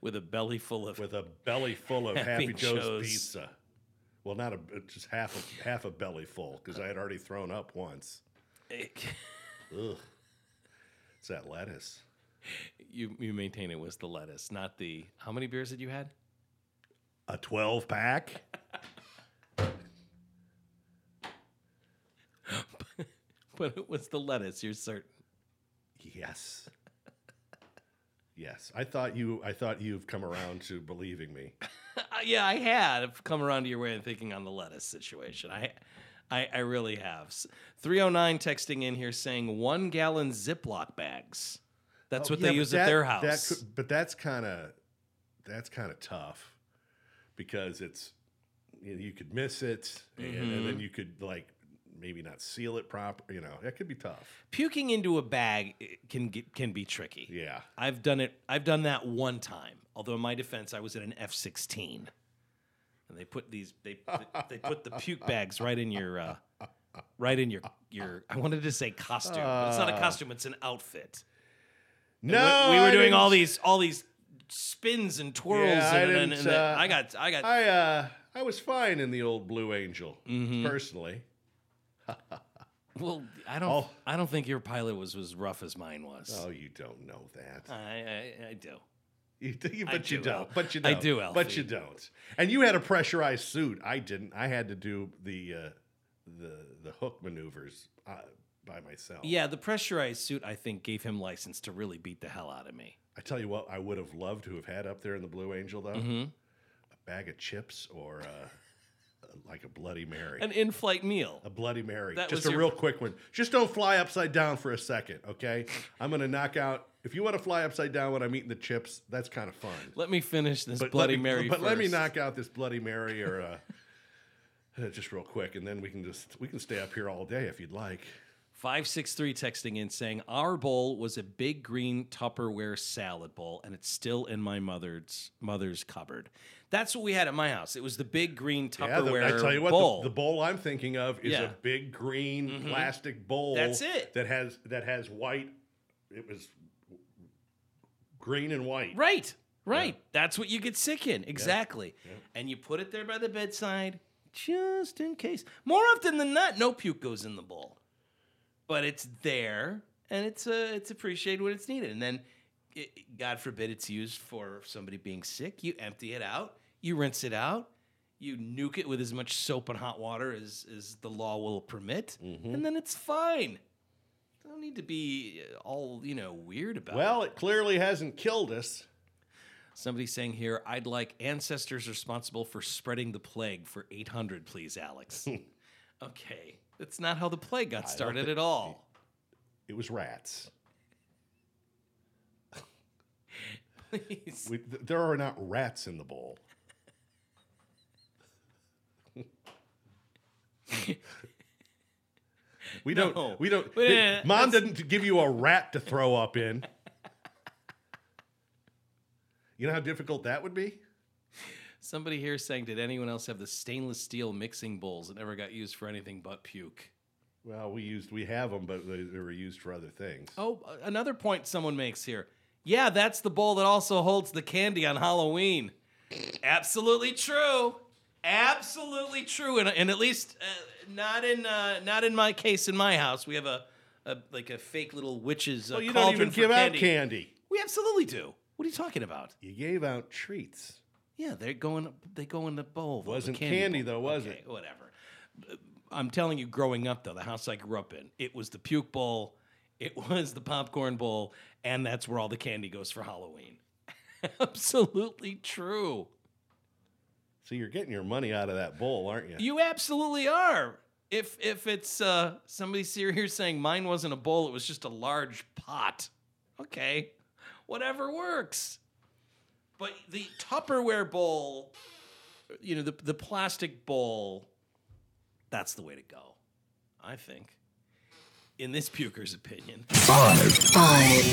[SPEAKER 1] with a belly full of
[SPEAKER 2] with a belly full of
[SPEAKER 1] Happy
[SPEAKER 2] Happy, Joe's,
[SPEAKER 1] Joe's.
[SPEAKER 2] pizza. Well, not a just half a half a belly full because I had already thrown up once. Ugh, it's that lettuce.
[SPEAKER 1] you you maintain it was the lettuce, not the how many beers had you had?
[SPEAKER 2] A 12 pack.
[SPEAKER 1] But it was the lettuce, you're certain.
[SPEAKER 2] Yes. Yes, I thought you. I thought you've come around to believing me.
[SPEAKER 1] Uh, yeah, I had I've come around to your way of thinking on the lettuce situation. I I, I really have. S- 309 texting in here saying one gallon Ziploc bags. That's what
[SPEAKER 2] Oh, Yeah,
[SPEAKER 1] they
[SPEAKER 2] but
[SPEAKER 1] use
[SPEAKER 2] that-
[SPEAKER 1] at their
[SPEAKER 2] that
[SPEAKER 1] house.
[SPEAKER 2] could- but that's kind of that's kind of tough because it's you, know, you could miss it, and,
[SPEAKER 1] Mm-hmm.
[SPEAKER 2] and then you could like maybe not seal it proper. You know, that could be tough.
[SPEAKER 1] Puking into a bag eh, can get, can be tricky.
[SPEAKER 2] Yeah,
[SPEAKER 1] I've done it. I've done that one time. Although in my defense, I was in an F sixteen, and and they put these they they put the puke bags right in your uh, right in your your I wanted to say costume, but it's not a costume; it's an outfit.
[SPEAKER 2] Ah. No,
[SPEAKER 1] we, we were
[SPEAKER 2] I
[SPEAKER 1] doing
[SPEAKER 2] didn't-
[SPEAKER 1] all these all these spins and twirls,
[SPEAKER 2] Yeah, I
[SPEAKER 1] and, and,
[SPEAKER 2] didn't,
[SPEAKER 1] and then
[SPEAKER 2] uh,
[SPEAKER 1] I got I got
[SPEAKER 2] I uh, I was fine in the old Blue Angel
[SPEAKER 1] Mm-hmm.
[SPEAKER 2] personally.
[SPEAKER 1] well. I don't
[SPEAKER 2] Oh.
[SPEAKER 1] I don't think your pilot was as rough as mine was.
[SPEAKER 2] Oh, you don't know that.
[SPEAKER 1] I, I I do.
[SPEAKER 2] You do, but you
[SPEAKER 1] do, Al.
[SPEAKER 2] don't. But you
[SPEAKER 1] I
[SPEAKER 2] don't.
[SPEAKER 1] do,
[SPEAKER 2] But
[SPEAKER 1] Alfie.
[SPEAKER 2] you don't. And you had a pressurized suit. I didn't. I had to do the uh, the the hook maneuvers uh, by myself.
[SPEAKER 1] Yeah, the pressurized suit I think gave him license to really beat the hell out of me.
[SPEAKER 2] I tell you what, I would have loved to have had up there in the Blue Angel though,
[SPEAKER 1] Mm-hmm.
[SPEAKER 2] a bag of chips or uh, like a Bloody Mary.
[SPEAKER 1] An in-flight meal.
[SPEAKER 2] a Bloody Mary.
[SPEAKER 1] That
[SPEAKER 2] Just
[SPEAKER 1] was
[SPEAKER 2] a
[SPEAKER 1] your-
[SPEAKER 2] real quick one. Just don't fly upside down for a second, okay? I'm gonna knock out. If you want to fly upside down when I'm eating the chips, that's kind of fun.
[SPEAKER 1] Let me finish this
[SPEAKER 2] But
[SPEAKER 1] Bloody
[SPEAKER 2] let me,
[SPEAKER 1] Mary.
[SPEAKER 2] But let me
[SPEAKER 1] first.
[SPEAKER 2] knock out this Bloody Mary or uh, uh, just real quick, and then we can just we can stay up here all day if you'd like.
[SPEAKER 1] 563 texting in saying, Our bowl was a big green Tupperware salad bowl, and it's still in my mother's mother's cupboard. That's what we had at my house. It was the big green
[SPEAKER 2] Yeah, the,
[SPEAKER 1] Tupperware
[SPEAKER 2] I tell you what,
[SPEAKER 1] bowl.
[SPEAKER 2] The, the bowl I'm thinking of is
[SPEAKER 1] Yeah. Mm-hmm.
[SPEAKER 2] a big green plastic bowl.
[SPEAKER 1] That's it.
[SPEAKER 2] That has that has white. It was green and white.
[SPEAKER 1] right, right. That's what you get sick in. Exactly. And you put it there by the bedside just in case. More often than not, no puke goes in the bowl, but it's there and it's, uh, it's appreciated when it's needed. And then it, God forbid it's used for somebody being sick. You empty it out, you rinse it out, you nuke it with as much soap and hot water as, as the law will permit, and then it's fine. Don't need to be uh, all you know weird about. it.
[SPEAKER 2] Well, it clearly hasn't killed us.
[SPEAKER 1] somebody saying here, I'd like ancestors responsible for spreading the plague for 800, please, Alex. okay, that's not how the plague got started at all.
[SPEAKER 2] It was rats.
[SPEAKER 1] Please.
[SPEAKER 2] We, th- there are not rats in the bowl. we don't.
[SPEAKER 1] No.
[SPEAKER 2] We don't.
[SPEAKER 1] But, uh,
[SPEAKER 2] Mom didn't give you a rat to throw up in. You know how difficult that would be.
[SPEAKER 1] Somebody here saying, Did anyone else have the stainless steel mixing bowls that never got used for anything but puke?
[SPEAKER 2] Well, we used we have them, but they, they were used for other things.
[SPEAKER 1] Oh, uh, another point someone makes here. Yeah, that's the bowl that also holds the candy on Halloween. Absolutely true. Absolutely true. And, and at least uh, not in uh, not in my case in my house. We have a, a like a fake little witch's uh,
[SPEAKER 2] Well, you don't
[SPEAKER 1] cauldron
[SPEAKER 2] even
[SPEAKER 1] for
[SPEAKER 2] give
[SPEAKER 1] candy.
[SPEAKER 2] out candy.
[SPEAKER 1] We absolutely do. What are you talking about?
[SPEAKER 2] You gave out treats.
[SPEAKER 1] Yeah, they're going. They go in the bowl. the
[SPEAKER 2] Wasn't
[SPEAKER 1] candy,
[SPEAKER 2] candy,
[SPEAKER 1] bowl.
[SPEAKER 2] though, was
[SPEAKER 1] Okay, Whatever. Uh, I'm telling you, growing up though, the house I grew up in, it was the puke bowl, it was the popcorn bowl, and that's where all the candy goes for Halloween. absolutely true.
[SPEAKER 2] So you're getting your money out of that bowl, aren't you?
[SPEAKER 1] You absolutely are. If if it's uh, somebody see- here saying mine wasn't a bowl, it was just a large pot. Okay, whatever works. But the Tupperware bowl, you know, the the plastic bowl, that's the way to go, I think. In this puker's opinion.
[SPEAKER 3] Number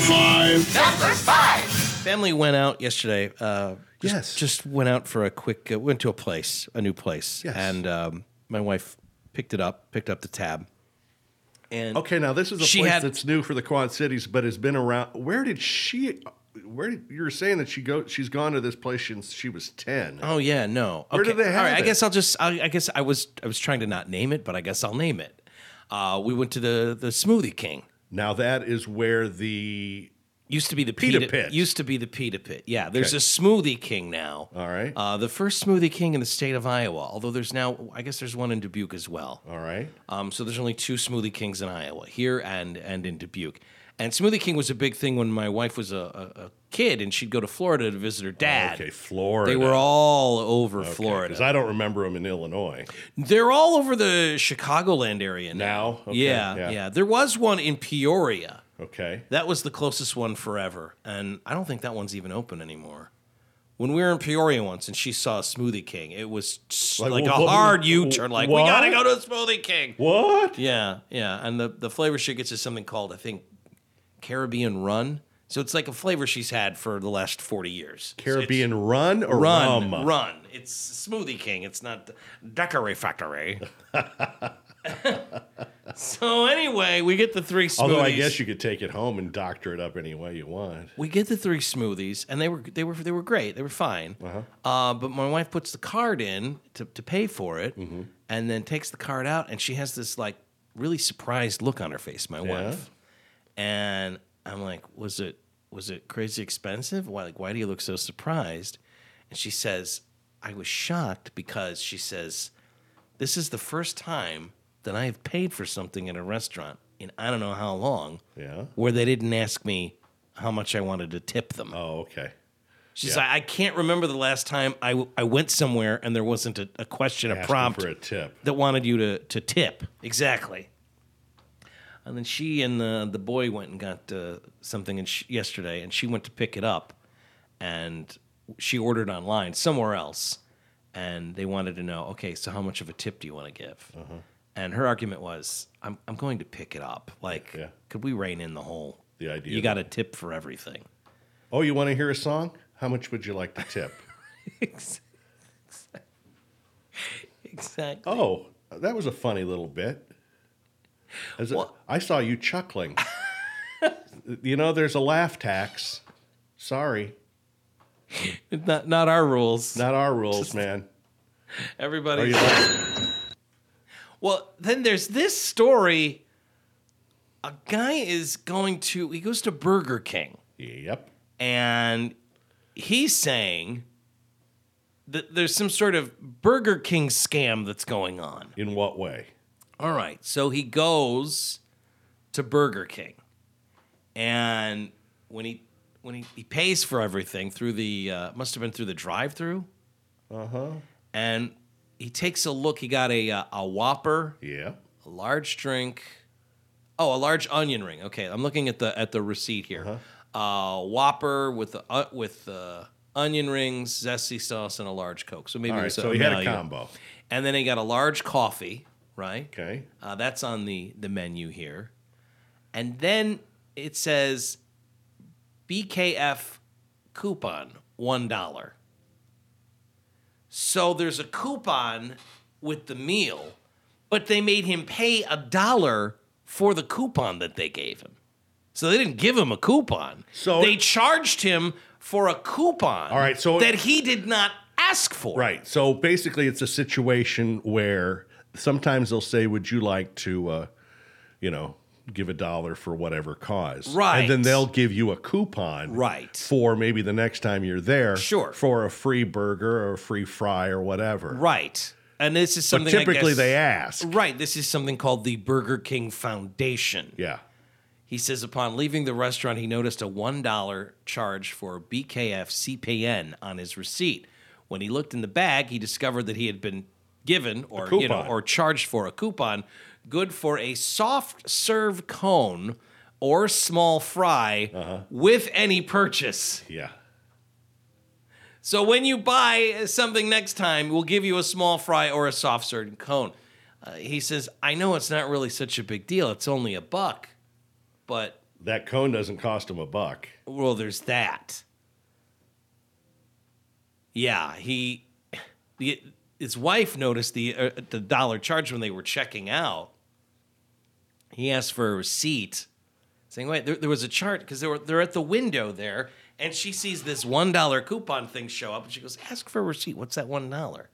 [SPEAKER 3] five.
[SPEAKER 1] family went out yesterday. Uh, just,
[SPEAKER 2] Yes.
[SPEAKER 1] just went out for a quick. Uh, went to a place, a new place,
[SPEAKER 2] Yes.
[SPEAKER 1] and um, my wife picked it up, picked up the tab, and
[SPEAKER 2] Okay, now this is a
[SPEAKER 1] She
[SPEAKER 2] place
[SPEAKER 1] had-
[SPEAKER 2] that's new for the Quad Cities, but has been around. Where did she? Where did you were saying that she go? She's gone to this place since she was ten.
[SPEAKER 1] Oh yeah, no. Where
[SPEAKER 2] do they have
[SPEAKER 1] All right, I
[SPEAKER 2] it?
[SPEAKER 1] guess I'll just. I, I guess I was. I was trying to not name it, but I guess I'll name it. Uh, we went to the the Smoothie King.
[SPEAKER 2] Now that is where the
[SPEAKER 1] Used to be the
[SPEAKER 2] Pita
[SPEAKER 1] pita,
[SPEAKER 2] Pit.
[SPEAKER 1] Used to be the pita pit. Yeah, there's a smoothie king now.
[SPEAKER 2] all right,
[SPEAKER 1] Uh, the first smoothie king in the state of Iowa. Although there's now, I guess there's one in Dubuque as well.
[SPEAKER 2] all right.
[SPEAKER 1] Um, so there's only two Smoothie Kings in Iowa, here and and in Dubuque. And Smoothie King was a big thing when my wife was a, a, a kid, and she'd go to Florida to visit her dad.
[SPEAKER 2] Oh, Okay, Florida.
[SPEAKER 1] They were all over
[SPEAKER 2] because
[SPEAKER 1] Florida.
[SPEAKER 2] I don't remember them in Illinois.
[SPEAKER 1] They're all over the Chicagoland area now.
[SPEAKER 2] Now? Okay,
[SPEAKER 1] yeah, yeah,
[SPEAKER 2] yeah.
[SPEAKER 1] There was one in Peoria.
[SPEAKER 2] Okay,
[SPEAKER 1] That was the closest one forever, and I don't think that one's even open anymore. When we were in Peoria once, and she saw a Smoothie King, it was s- like,
[SPEAKER 2] Like,
[SPEAKER 1] a
[SPEAKER 2] wh- wh-
[SPEAKER 1] hard
[SPEAKER 2] wh-
[SPEAKER 1] U-turn. Like we
[SPEAKER 2] what?
[SPEAKER 1] gotta go to a Smoothie King.
[SPEAKER 2] what?
[SPEAKER 1] Yeah, yeah. And the, the flavor she gets is something called, I think, Caribbean Run, So it's like a flavor she's had for the last 40 years.
[SPEAKER 2] Caribbean run or
[SPEAKER 1] Run,
[SPEAKER 2] rum?
[SPEAKER 1] run. It's Smoothie King. It's not Daiquiri Factory. so anyway, we get the three smoothies.
[SPEAKER 2] Although I guess you could take it home and doctor it up any way you want.
[SPEAKER 1] we get the three smoothies, and they were they were they were great. They were fine. uh but my wife puts the card in to to pay for it, and then takes the card out, and she has this like really surprised look on her face. My wife, and I'm like, was it was it crazy expensive? Why like why do you look so surprised? And she says, I was shocked because she says, this is the first time that I have paid for something at a restaurant in I don't know how long
[SPEAKER 2] Yeah.
[SPEAKER 1] where they didn't ask me how much I wanted to tip them.
[SPEAKER 2] Oh, okay.
[SPEAKER 1] She's
[SPEAKER 2] yeah.
[SPEAKER 1] like, I can't remember the last time I, w- I went somewhere and there wasn't a, a question, a
[SPEAKER 2] Asking
[SPEAKER 1] prompt
[SPEAKER 2] for a tip.
[SPEAKER 1] that wanted you to, to tip. Exactly. And then she and the, the boy went and got uh, something and sh yesterday and she went to pick it up and she ordered online somewhere else. And they wanted to know, okay, so how much of a tip do you want to give?
[SPEAKER 2] Mm-hmm.
[SPEAKER 1] And her argument was, I'm, I'm going to pick it up. Like,
[SPEAKER 2] Yeah.
[SPEAKER 1] could we rein in the whole
[SPEAKER 2] The idea
[SPEAKER 1] you
[SPEAKER 2] that-
[SPEAKER 1] got a tip for everything.
[SPEAKER 2] Oh, you want to hear a song? How much would you like to tip?
[SPEAKER 1] exactly.
[SPEAKER 2] oh, that was a funny little bit. As a-
[SPEAKER 1] Well-
[SPEAKER 2] I saw you chuckling. you know, there's a laugh tax. Sorry.
[SPEAKER 1] Not, not our rules.
[SPEAKER 2] Not our rules, man. Are
[SPEAKER 1] Everybody.
[SPEAKER 2] you like,
[SPEAKER 1] Well, then there's this story. A guy is going to, he goes to Burger King
[SPEAKER 2] yep.
[SPEAKER 1] and he's saying that there's some sort of Burger King scam that's going on.
[SPEAKER 2] In what way?
[SPEAKER 1] All right. So he goes to Burger King, and when he when he, he pays for everything through the uh, must have been through the drive-through. Uh huh. And he takes a look. He got a uh, a Whopper,
[SPEAKER 2] Yeah.
[SPEAKER 1] a large drink. Oh, a large onion ring. Okay, I'm looking at the at the receipt here. uh
[SPEAKER 2] Uh-huh.
[SPEAKER 1] Whopper with the uh, with the onion rings, zesty sauce, and a large Coke. So maybe
[SPEAKER 2] All
[SPEAKER 1] it
[SPEAKER 2] right.
[SPEAKER 1] was
[SPEAKER 2] So he had a
[SPEAKER 1] value.
[SPEAKER 2] combo.
[SPEAKER 1] And then he got a large coffee, right?
[SPEAKER 2] Okay.
[SPEAKER 1] Uh, that's on the, the menu here. And then it says BKF coupon, $1. So there's a coupon with the meal, but they made him pay a dollar for the coupon that they gave him. So they didn't give him a coupon.
[SPEAKER 2] So-
[SPEAKER 1] they charged him for a coupon
[SPEAKER 2] All right, so-
[SPEAKER 1] that he did not ask for.
[SPEAKER 2] Right. So basically, it's a situation where sometimes they'll say, "Would you like to, uh, you know, give a dollar for whatever cause?"
[SPEAKER 1] Right.
[SPEAKER 2] And then they'll give you a coupon.
[SPEAKER 1] Right.
[SPEAKER 2] For maybe the next time you're there.
[SPEAKER 1] Sure.
[SPEAKER 2] For a free burger or a free fry or whatever.
[SPEAKER 1] Right. And this is
[SPEAKER 2] But
[SPEAKER 1] something I
[SPEAKER 2] typically
[SPEAKER 1] guess-
[SPEAKER 2] they ask.
[SPEAKER 1] Right. This is something called the Burger King Foundation.
[SPEAKER 2] Yeah.
[SPEAKER 1] He says upon leaving the restaurant, he noticed a $1 charge for BKF CPN on his receipt. When he looked in the bag, he discovered that he had been given or you know
[SPEAKER 2] coupon.
[SPEAKER 1] or charged for a coupon good for a soft serve cone or small fry
[SPEAKER 2] Uh-huh.
[SPEAKER 1] with any purchase.
[SPEAKER 2] Yeah.
[SPEAKER 1] So when you buy something next time, we'll give you a small fry or a soft serve cone. Uh, he says, I know it's not really such a big deal. It's only a buck, but
[SPEAKER 2] That cone doesn't cost them a buck.
[SPEAKER 1] well, there's that. Yeah, he, the, his wife noticed the uh, the dollar charge when they were checking out. He asked for a receipt, saying, "Wait, there, there was a chart because they were they're at the window there." And she sees this one dollar coupon thing show up, and she goes, "Ask for a receipt. What's that one dollar?"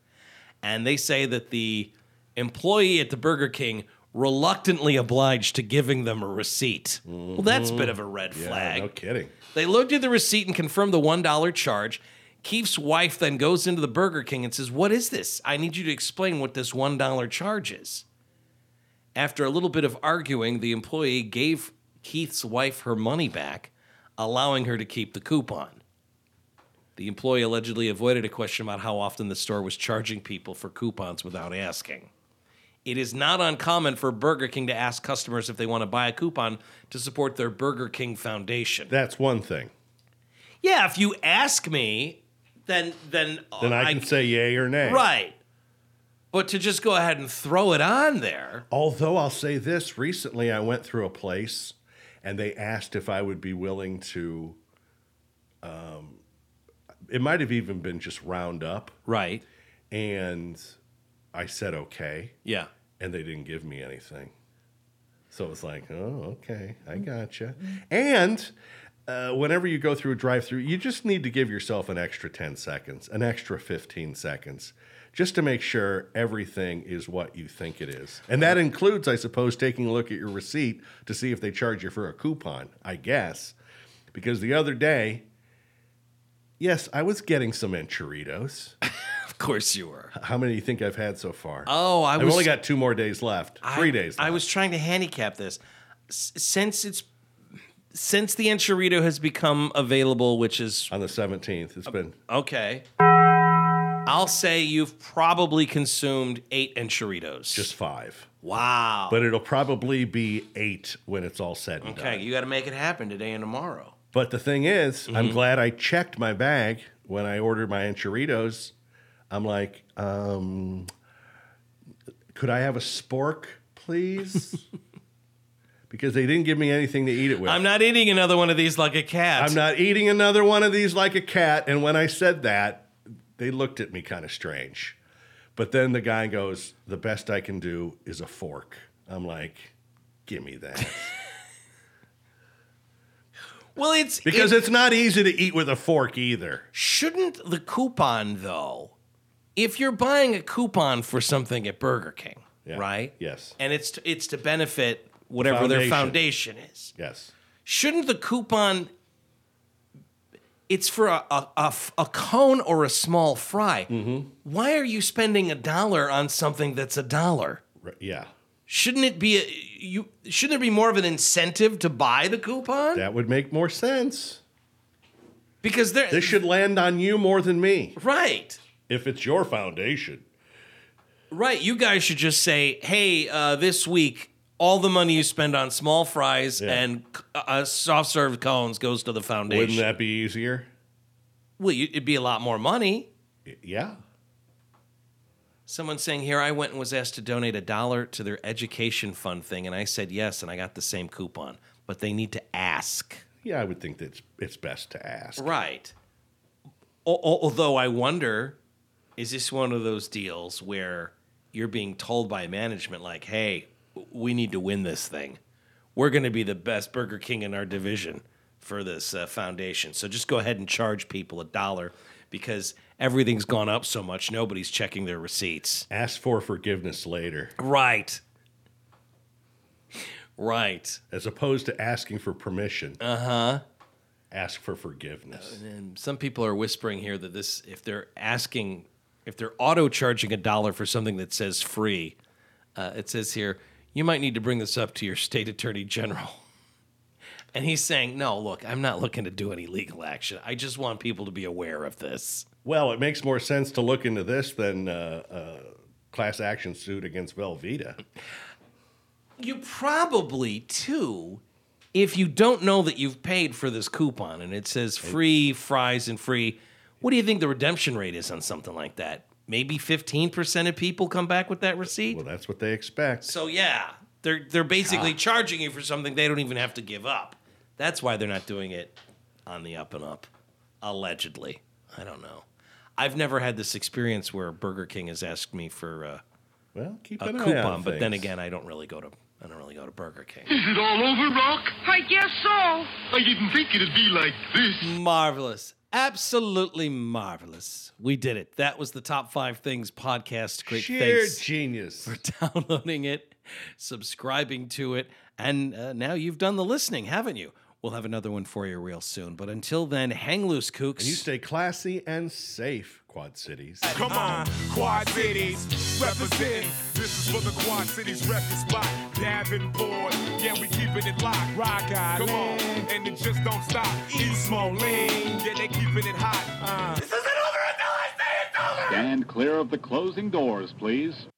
[SPEAKER 1] And they say that the employee at the Burger King reluctantly obliged to giving them a receipt. Well, that's a bit of a red
[SPEAKER 2] Mm-hmm. Yeah,
[SPEAKER 1] flag.
[SPEAKER 2] No kidding.
[SPEAKER 1] They looked at the receipt and confirmed the $1 charge. Keefe's wife then goes into the Burger King and says, What is this? I need you to explain what this $1 charge is. After a little bit of arguing, the employee gave Keith's wife her money back, allowing her to keep the coupon. The employee allegedly avoided a question about how often the store was charging people for coupons without asking. It is not uncommon for Burger King to ask customers if they want to buy a coupon to support their Burger King Foundation.
[SPEAKER 2] That's one thing.
[SPEAKER 1] Yeah, if you ask me, then then
[SPEAKER 2] Then I can say yay or nay.
[SPEAKER 1] right. But to just go ahead and throw it on there,
[SPEAKER 2] Although I'll say this, recently I went through a place and they asked if I would be willing to. Um, it might have even been just round up,
[SPEAKER 1] Right.
[SPEAKER 2] and I said okay,
[SPEAKER 1] Yeah.
[SPEAKER 2] and they didn't give me anything. So it's like, oh, okay, I gotcha. And uh, whenever you go through a drive-through, you just need to give yourself an extra ten seconds, an extra fifteen seconds, just to make sure everything is what you think it is. And that includes, I suppose, taking a look at your receipt to see if they charge you for a coupon. I guess, because the other day, yes, I was getting some enchiritos.
[SPEAKER 1] Of course you were.
[SPEAKER 2] How many do you think I've had so far?
[SPEAKER 1] Oh, I
[SPEAKER 2] I've
[SPEAKER 1] was
[SPEAKER 2] only got two more days left. Three
[SPEAKER 1] I-
[SPEAKER 2] days. Left.
[SPEAKER 1] I was trying to handicap this. S- since it's since the enchilada has become available, which is
[SPEAKER 2] on the seventeenth.
[SPEAKER 1] Uh,
[SPEAKER 2] It's been
[SPEAKER 1] okay. I'll say you've probably consumed eight enchiladas.
[SPEAKER 2] just five,
[SPEAKER 1] wow.
[SPEAKER 2] but it'll probably be eight when it's all said and
[SPEAKER 1] okay,
[SPEAKER 2] done.
[SPEAKER 1] you got to make it happen today and tomorrow.
[SPEAKER 2] But the thing is,
[SPEAKER 1] Mm-hmm.
[SPEAKER 2] I'm glad I checked my bag when I ordered my enchiladas. I'm like, um, could I have a spork, please? because they didn't give me anything to eat it with.
[SPEAKER 1] I'm not eating another one of these like a cat.
[SPEAKER 2] I'm not eating another one of these like a cat. And when I said that, they looked at me kind of strange. But then the guy goes, The best I can do is a fork. I'm like, Give me that.
[SPEAKER 1] Well, it's
[SPEAKER 2] Because
[SPEAKER 1] it,
[SPEAKER 2] it's not easy to eat with a fork either.
[SPEAKER 1] shouldn't the coupon though? If you're buying a coupon for something at Burger King,
[SPEAKER 2] Yeah.
[SPEAKER 1] right?
[SPEAKER 2] Yes.
[SPEAKER 1] and it's to, it's to benefit whatever their
[SPEAKER 2] Foundation.
[SPEAKER 1] foundation is.
[SPEAKER 2] Yes.
[SPEAKER 1] Shouldn't the coupon? It's for a a, a f- a cone or a small fry.
[SPEAKER 2] Mm-hmm.
[SPEAKER 1] Why are you spending a dollar on something that's a dollar?
[SPEAKER 2] Right. Yeah.
[SPEAKER 1] Shouldn't it be a, you? Shouldn't it be more of an incentive to buy the coupon?
[SPEAKER 2] That would make more sense.
[SPEAKER 1] because they're
[SPEAKER 2] This should land on you more than me
[SPEAKER 1] right.
[SPEAKER 2] if it's your foundation.
[SPEAKER 1] Right. You guys should just say, hey, uh, this week, all the money you spend on small fries
[SPEAKER 2] Yeah.
[SPEAKER 1] and c- uh, soft serve cones goes to the foundation.
[SPEAKER 2] Wouldn't that be easier?
[SPEAKER 1] well, you, it'd be a lot more money.
[SPEAKER 2] Y- Yeah.
[SPEAKER 1] Someone's saying here, I went and was asked to donate a dollar to their education fund thing, and I said yes, and I got the same coupon. But they need to ask.
[SPEAKER 2] Yeah, I would think that's it's best to ask.
[SPEAKER 1] Right. Al- al- Although I wonder, is this one of those deals where you're being told by management, like, hey, w- we need to win this thing. We're going to be the best Burger King in our division for this uh, foundation. So just go ahead and charge people a dollar because everything's gone up so much, nobody's checking their receipts.
[SPEAKER 2] Ask for forgiveness later.
[SPEAKER 1] Right. Right.
[SPEAKER 2] as opposed to asking for permission. Uh huh.
[SPEAKER 1] Uh-huh.
[SPEAKER 2] Ask for forgiveness.
[SPEAKER 1] And some people are whispering here that this, if they're asking, if they're auto charging a dollar for something that says free, uh, it says here, you might need to bring this up to your state attorney general. And he's saying, no, look, I'm not looking to do any legal action. I just want people to be aware of this.
[SPEAKER 2] Well, it makes more sense to look into this than uh, uh, class action suit against Velveeta.
[SPEAKER 1] You probably, too, if you don't know that you've paid for this coupon and it says free fries and free, what do you think the redemption rate is on something like that? Maybe 15% of people come back with that receipt?
[SPEAKER 2] Well, that's what they expect.
[SPEAKER 1] So yeah, they're they're basically charging you for something they don't even have to give up. That's why they're not doing it on the up and up, allegedly. I don't know. I've never had this experience where Burger King has asked me for uh,
[SPEAKER 2] Well, keep
[SPEAKER 1] a
[SPEAKER 2] an eye
[SPEAKER 1] coupon,
[SPEAKER 2] on
[SPEAKER 1] but then
[SPEAKER 2] things.
[SPEAKER 1] again, I don't really go to I don't really go to Burger King.
[SPEAKER 5] Is it all over, Rock?
[SPEAKER 3] I guess so.
[SPEAKER 5] I didn't think it'd be like this.
[SPEAKER 1] marvelous. Absolutely marvelous. We did it. That was the top five things podcast. Great
[SPEAKER 2] sheer
[SPEAKER 1] thanks.
[SPEAKER 2] genius.
[SPEAKER 1] downloading it, subscribing to it, and uh, now you've done the listening, haven't you? We'll have another one for you real soon. But until then, hang loose, kooks.
[SPEAKER 2] You stay classy and safe, Quad Cities.
[SPEAKER 6] Come on, Quad Cities, represent. This is for the Quad Cities record spot. Davenport, yeah, we keeping it locked. Rock Island, come on, and it just don't stop. East Moline, yeah, they keeping it hot. Uh.
[SPEAKER 7] Stand clear of the closing doors, please.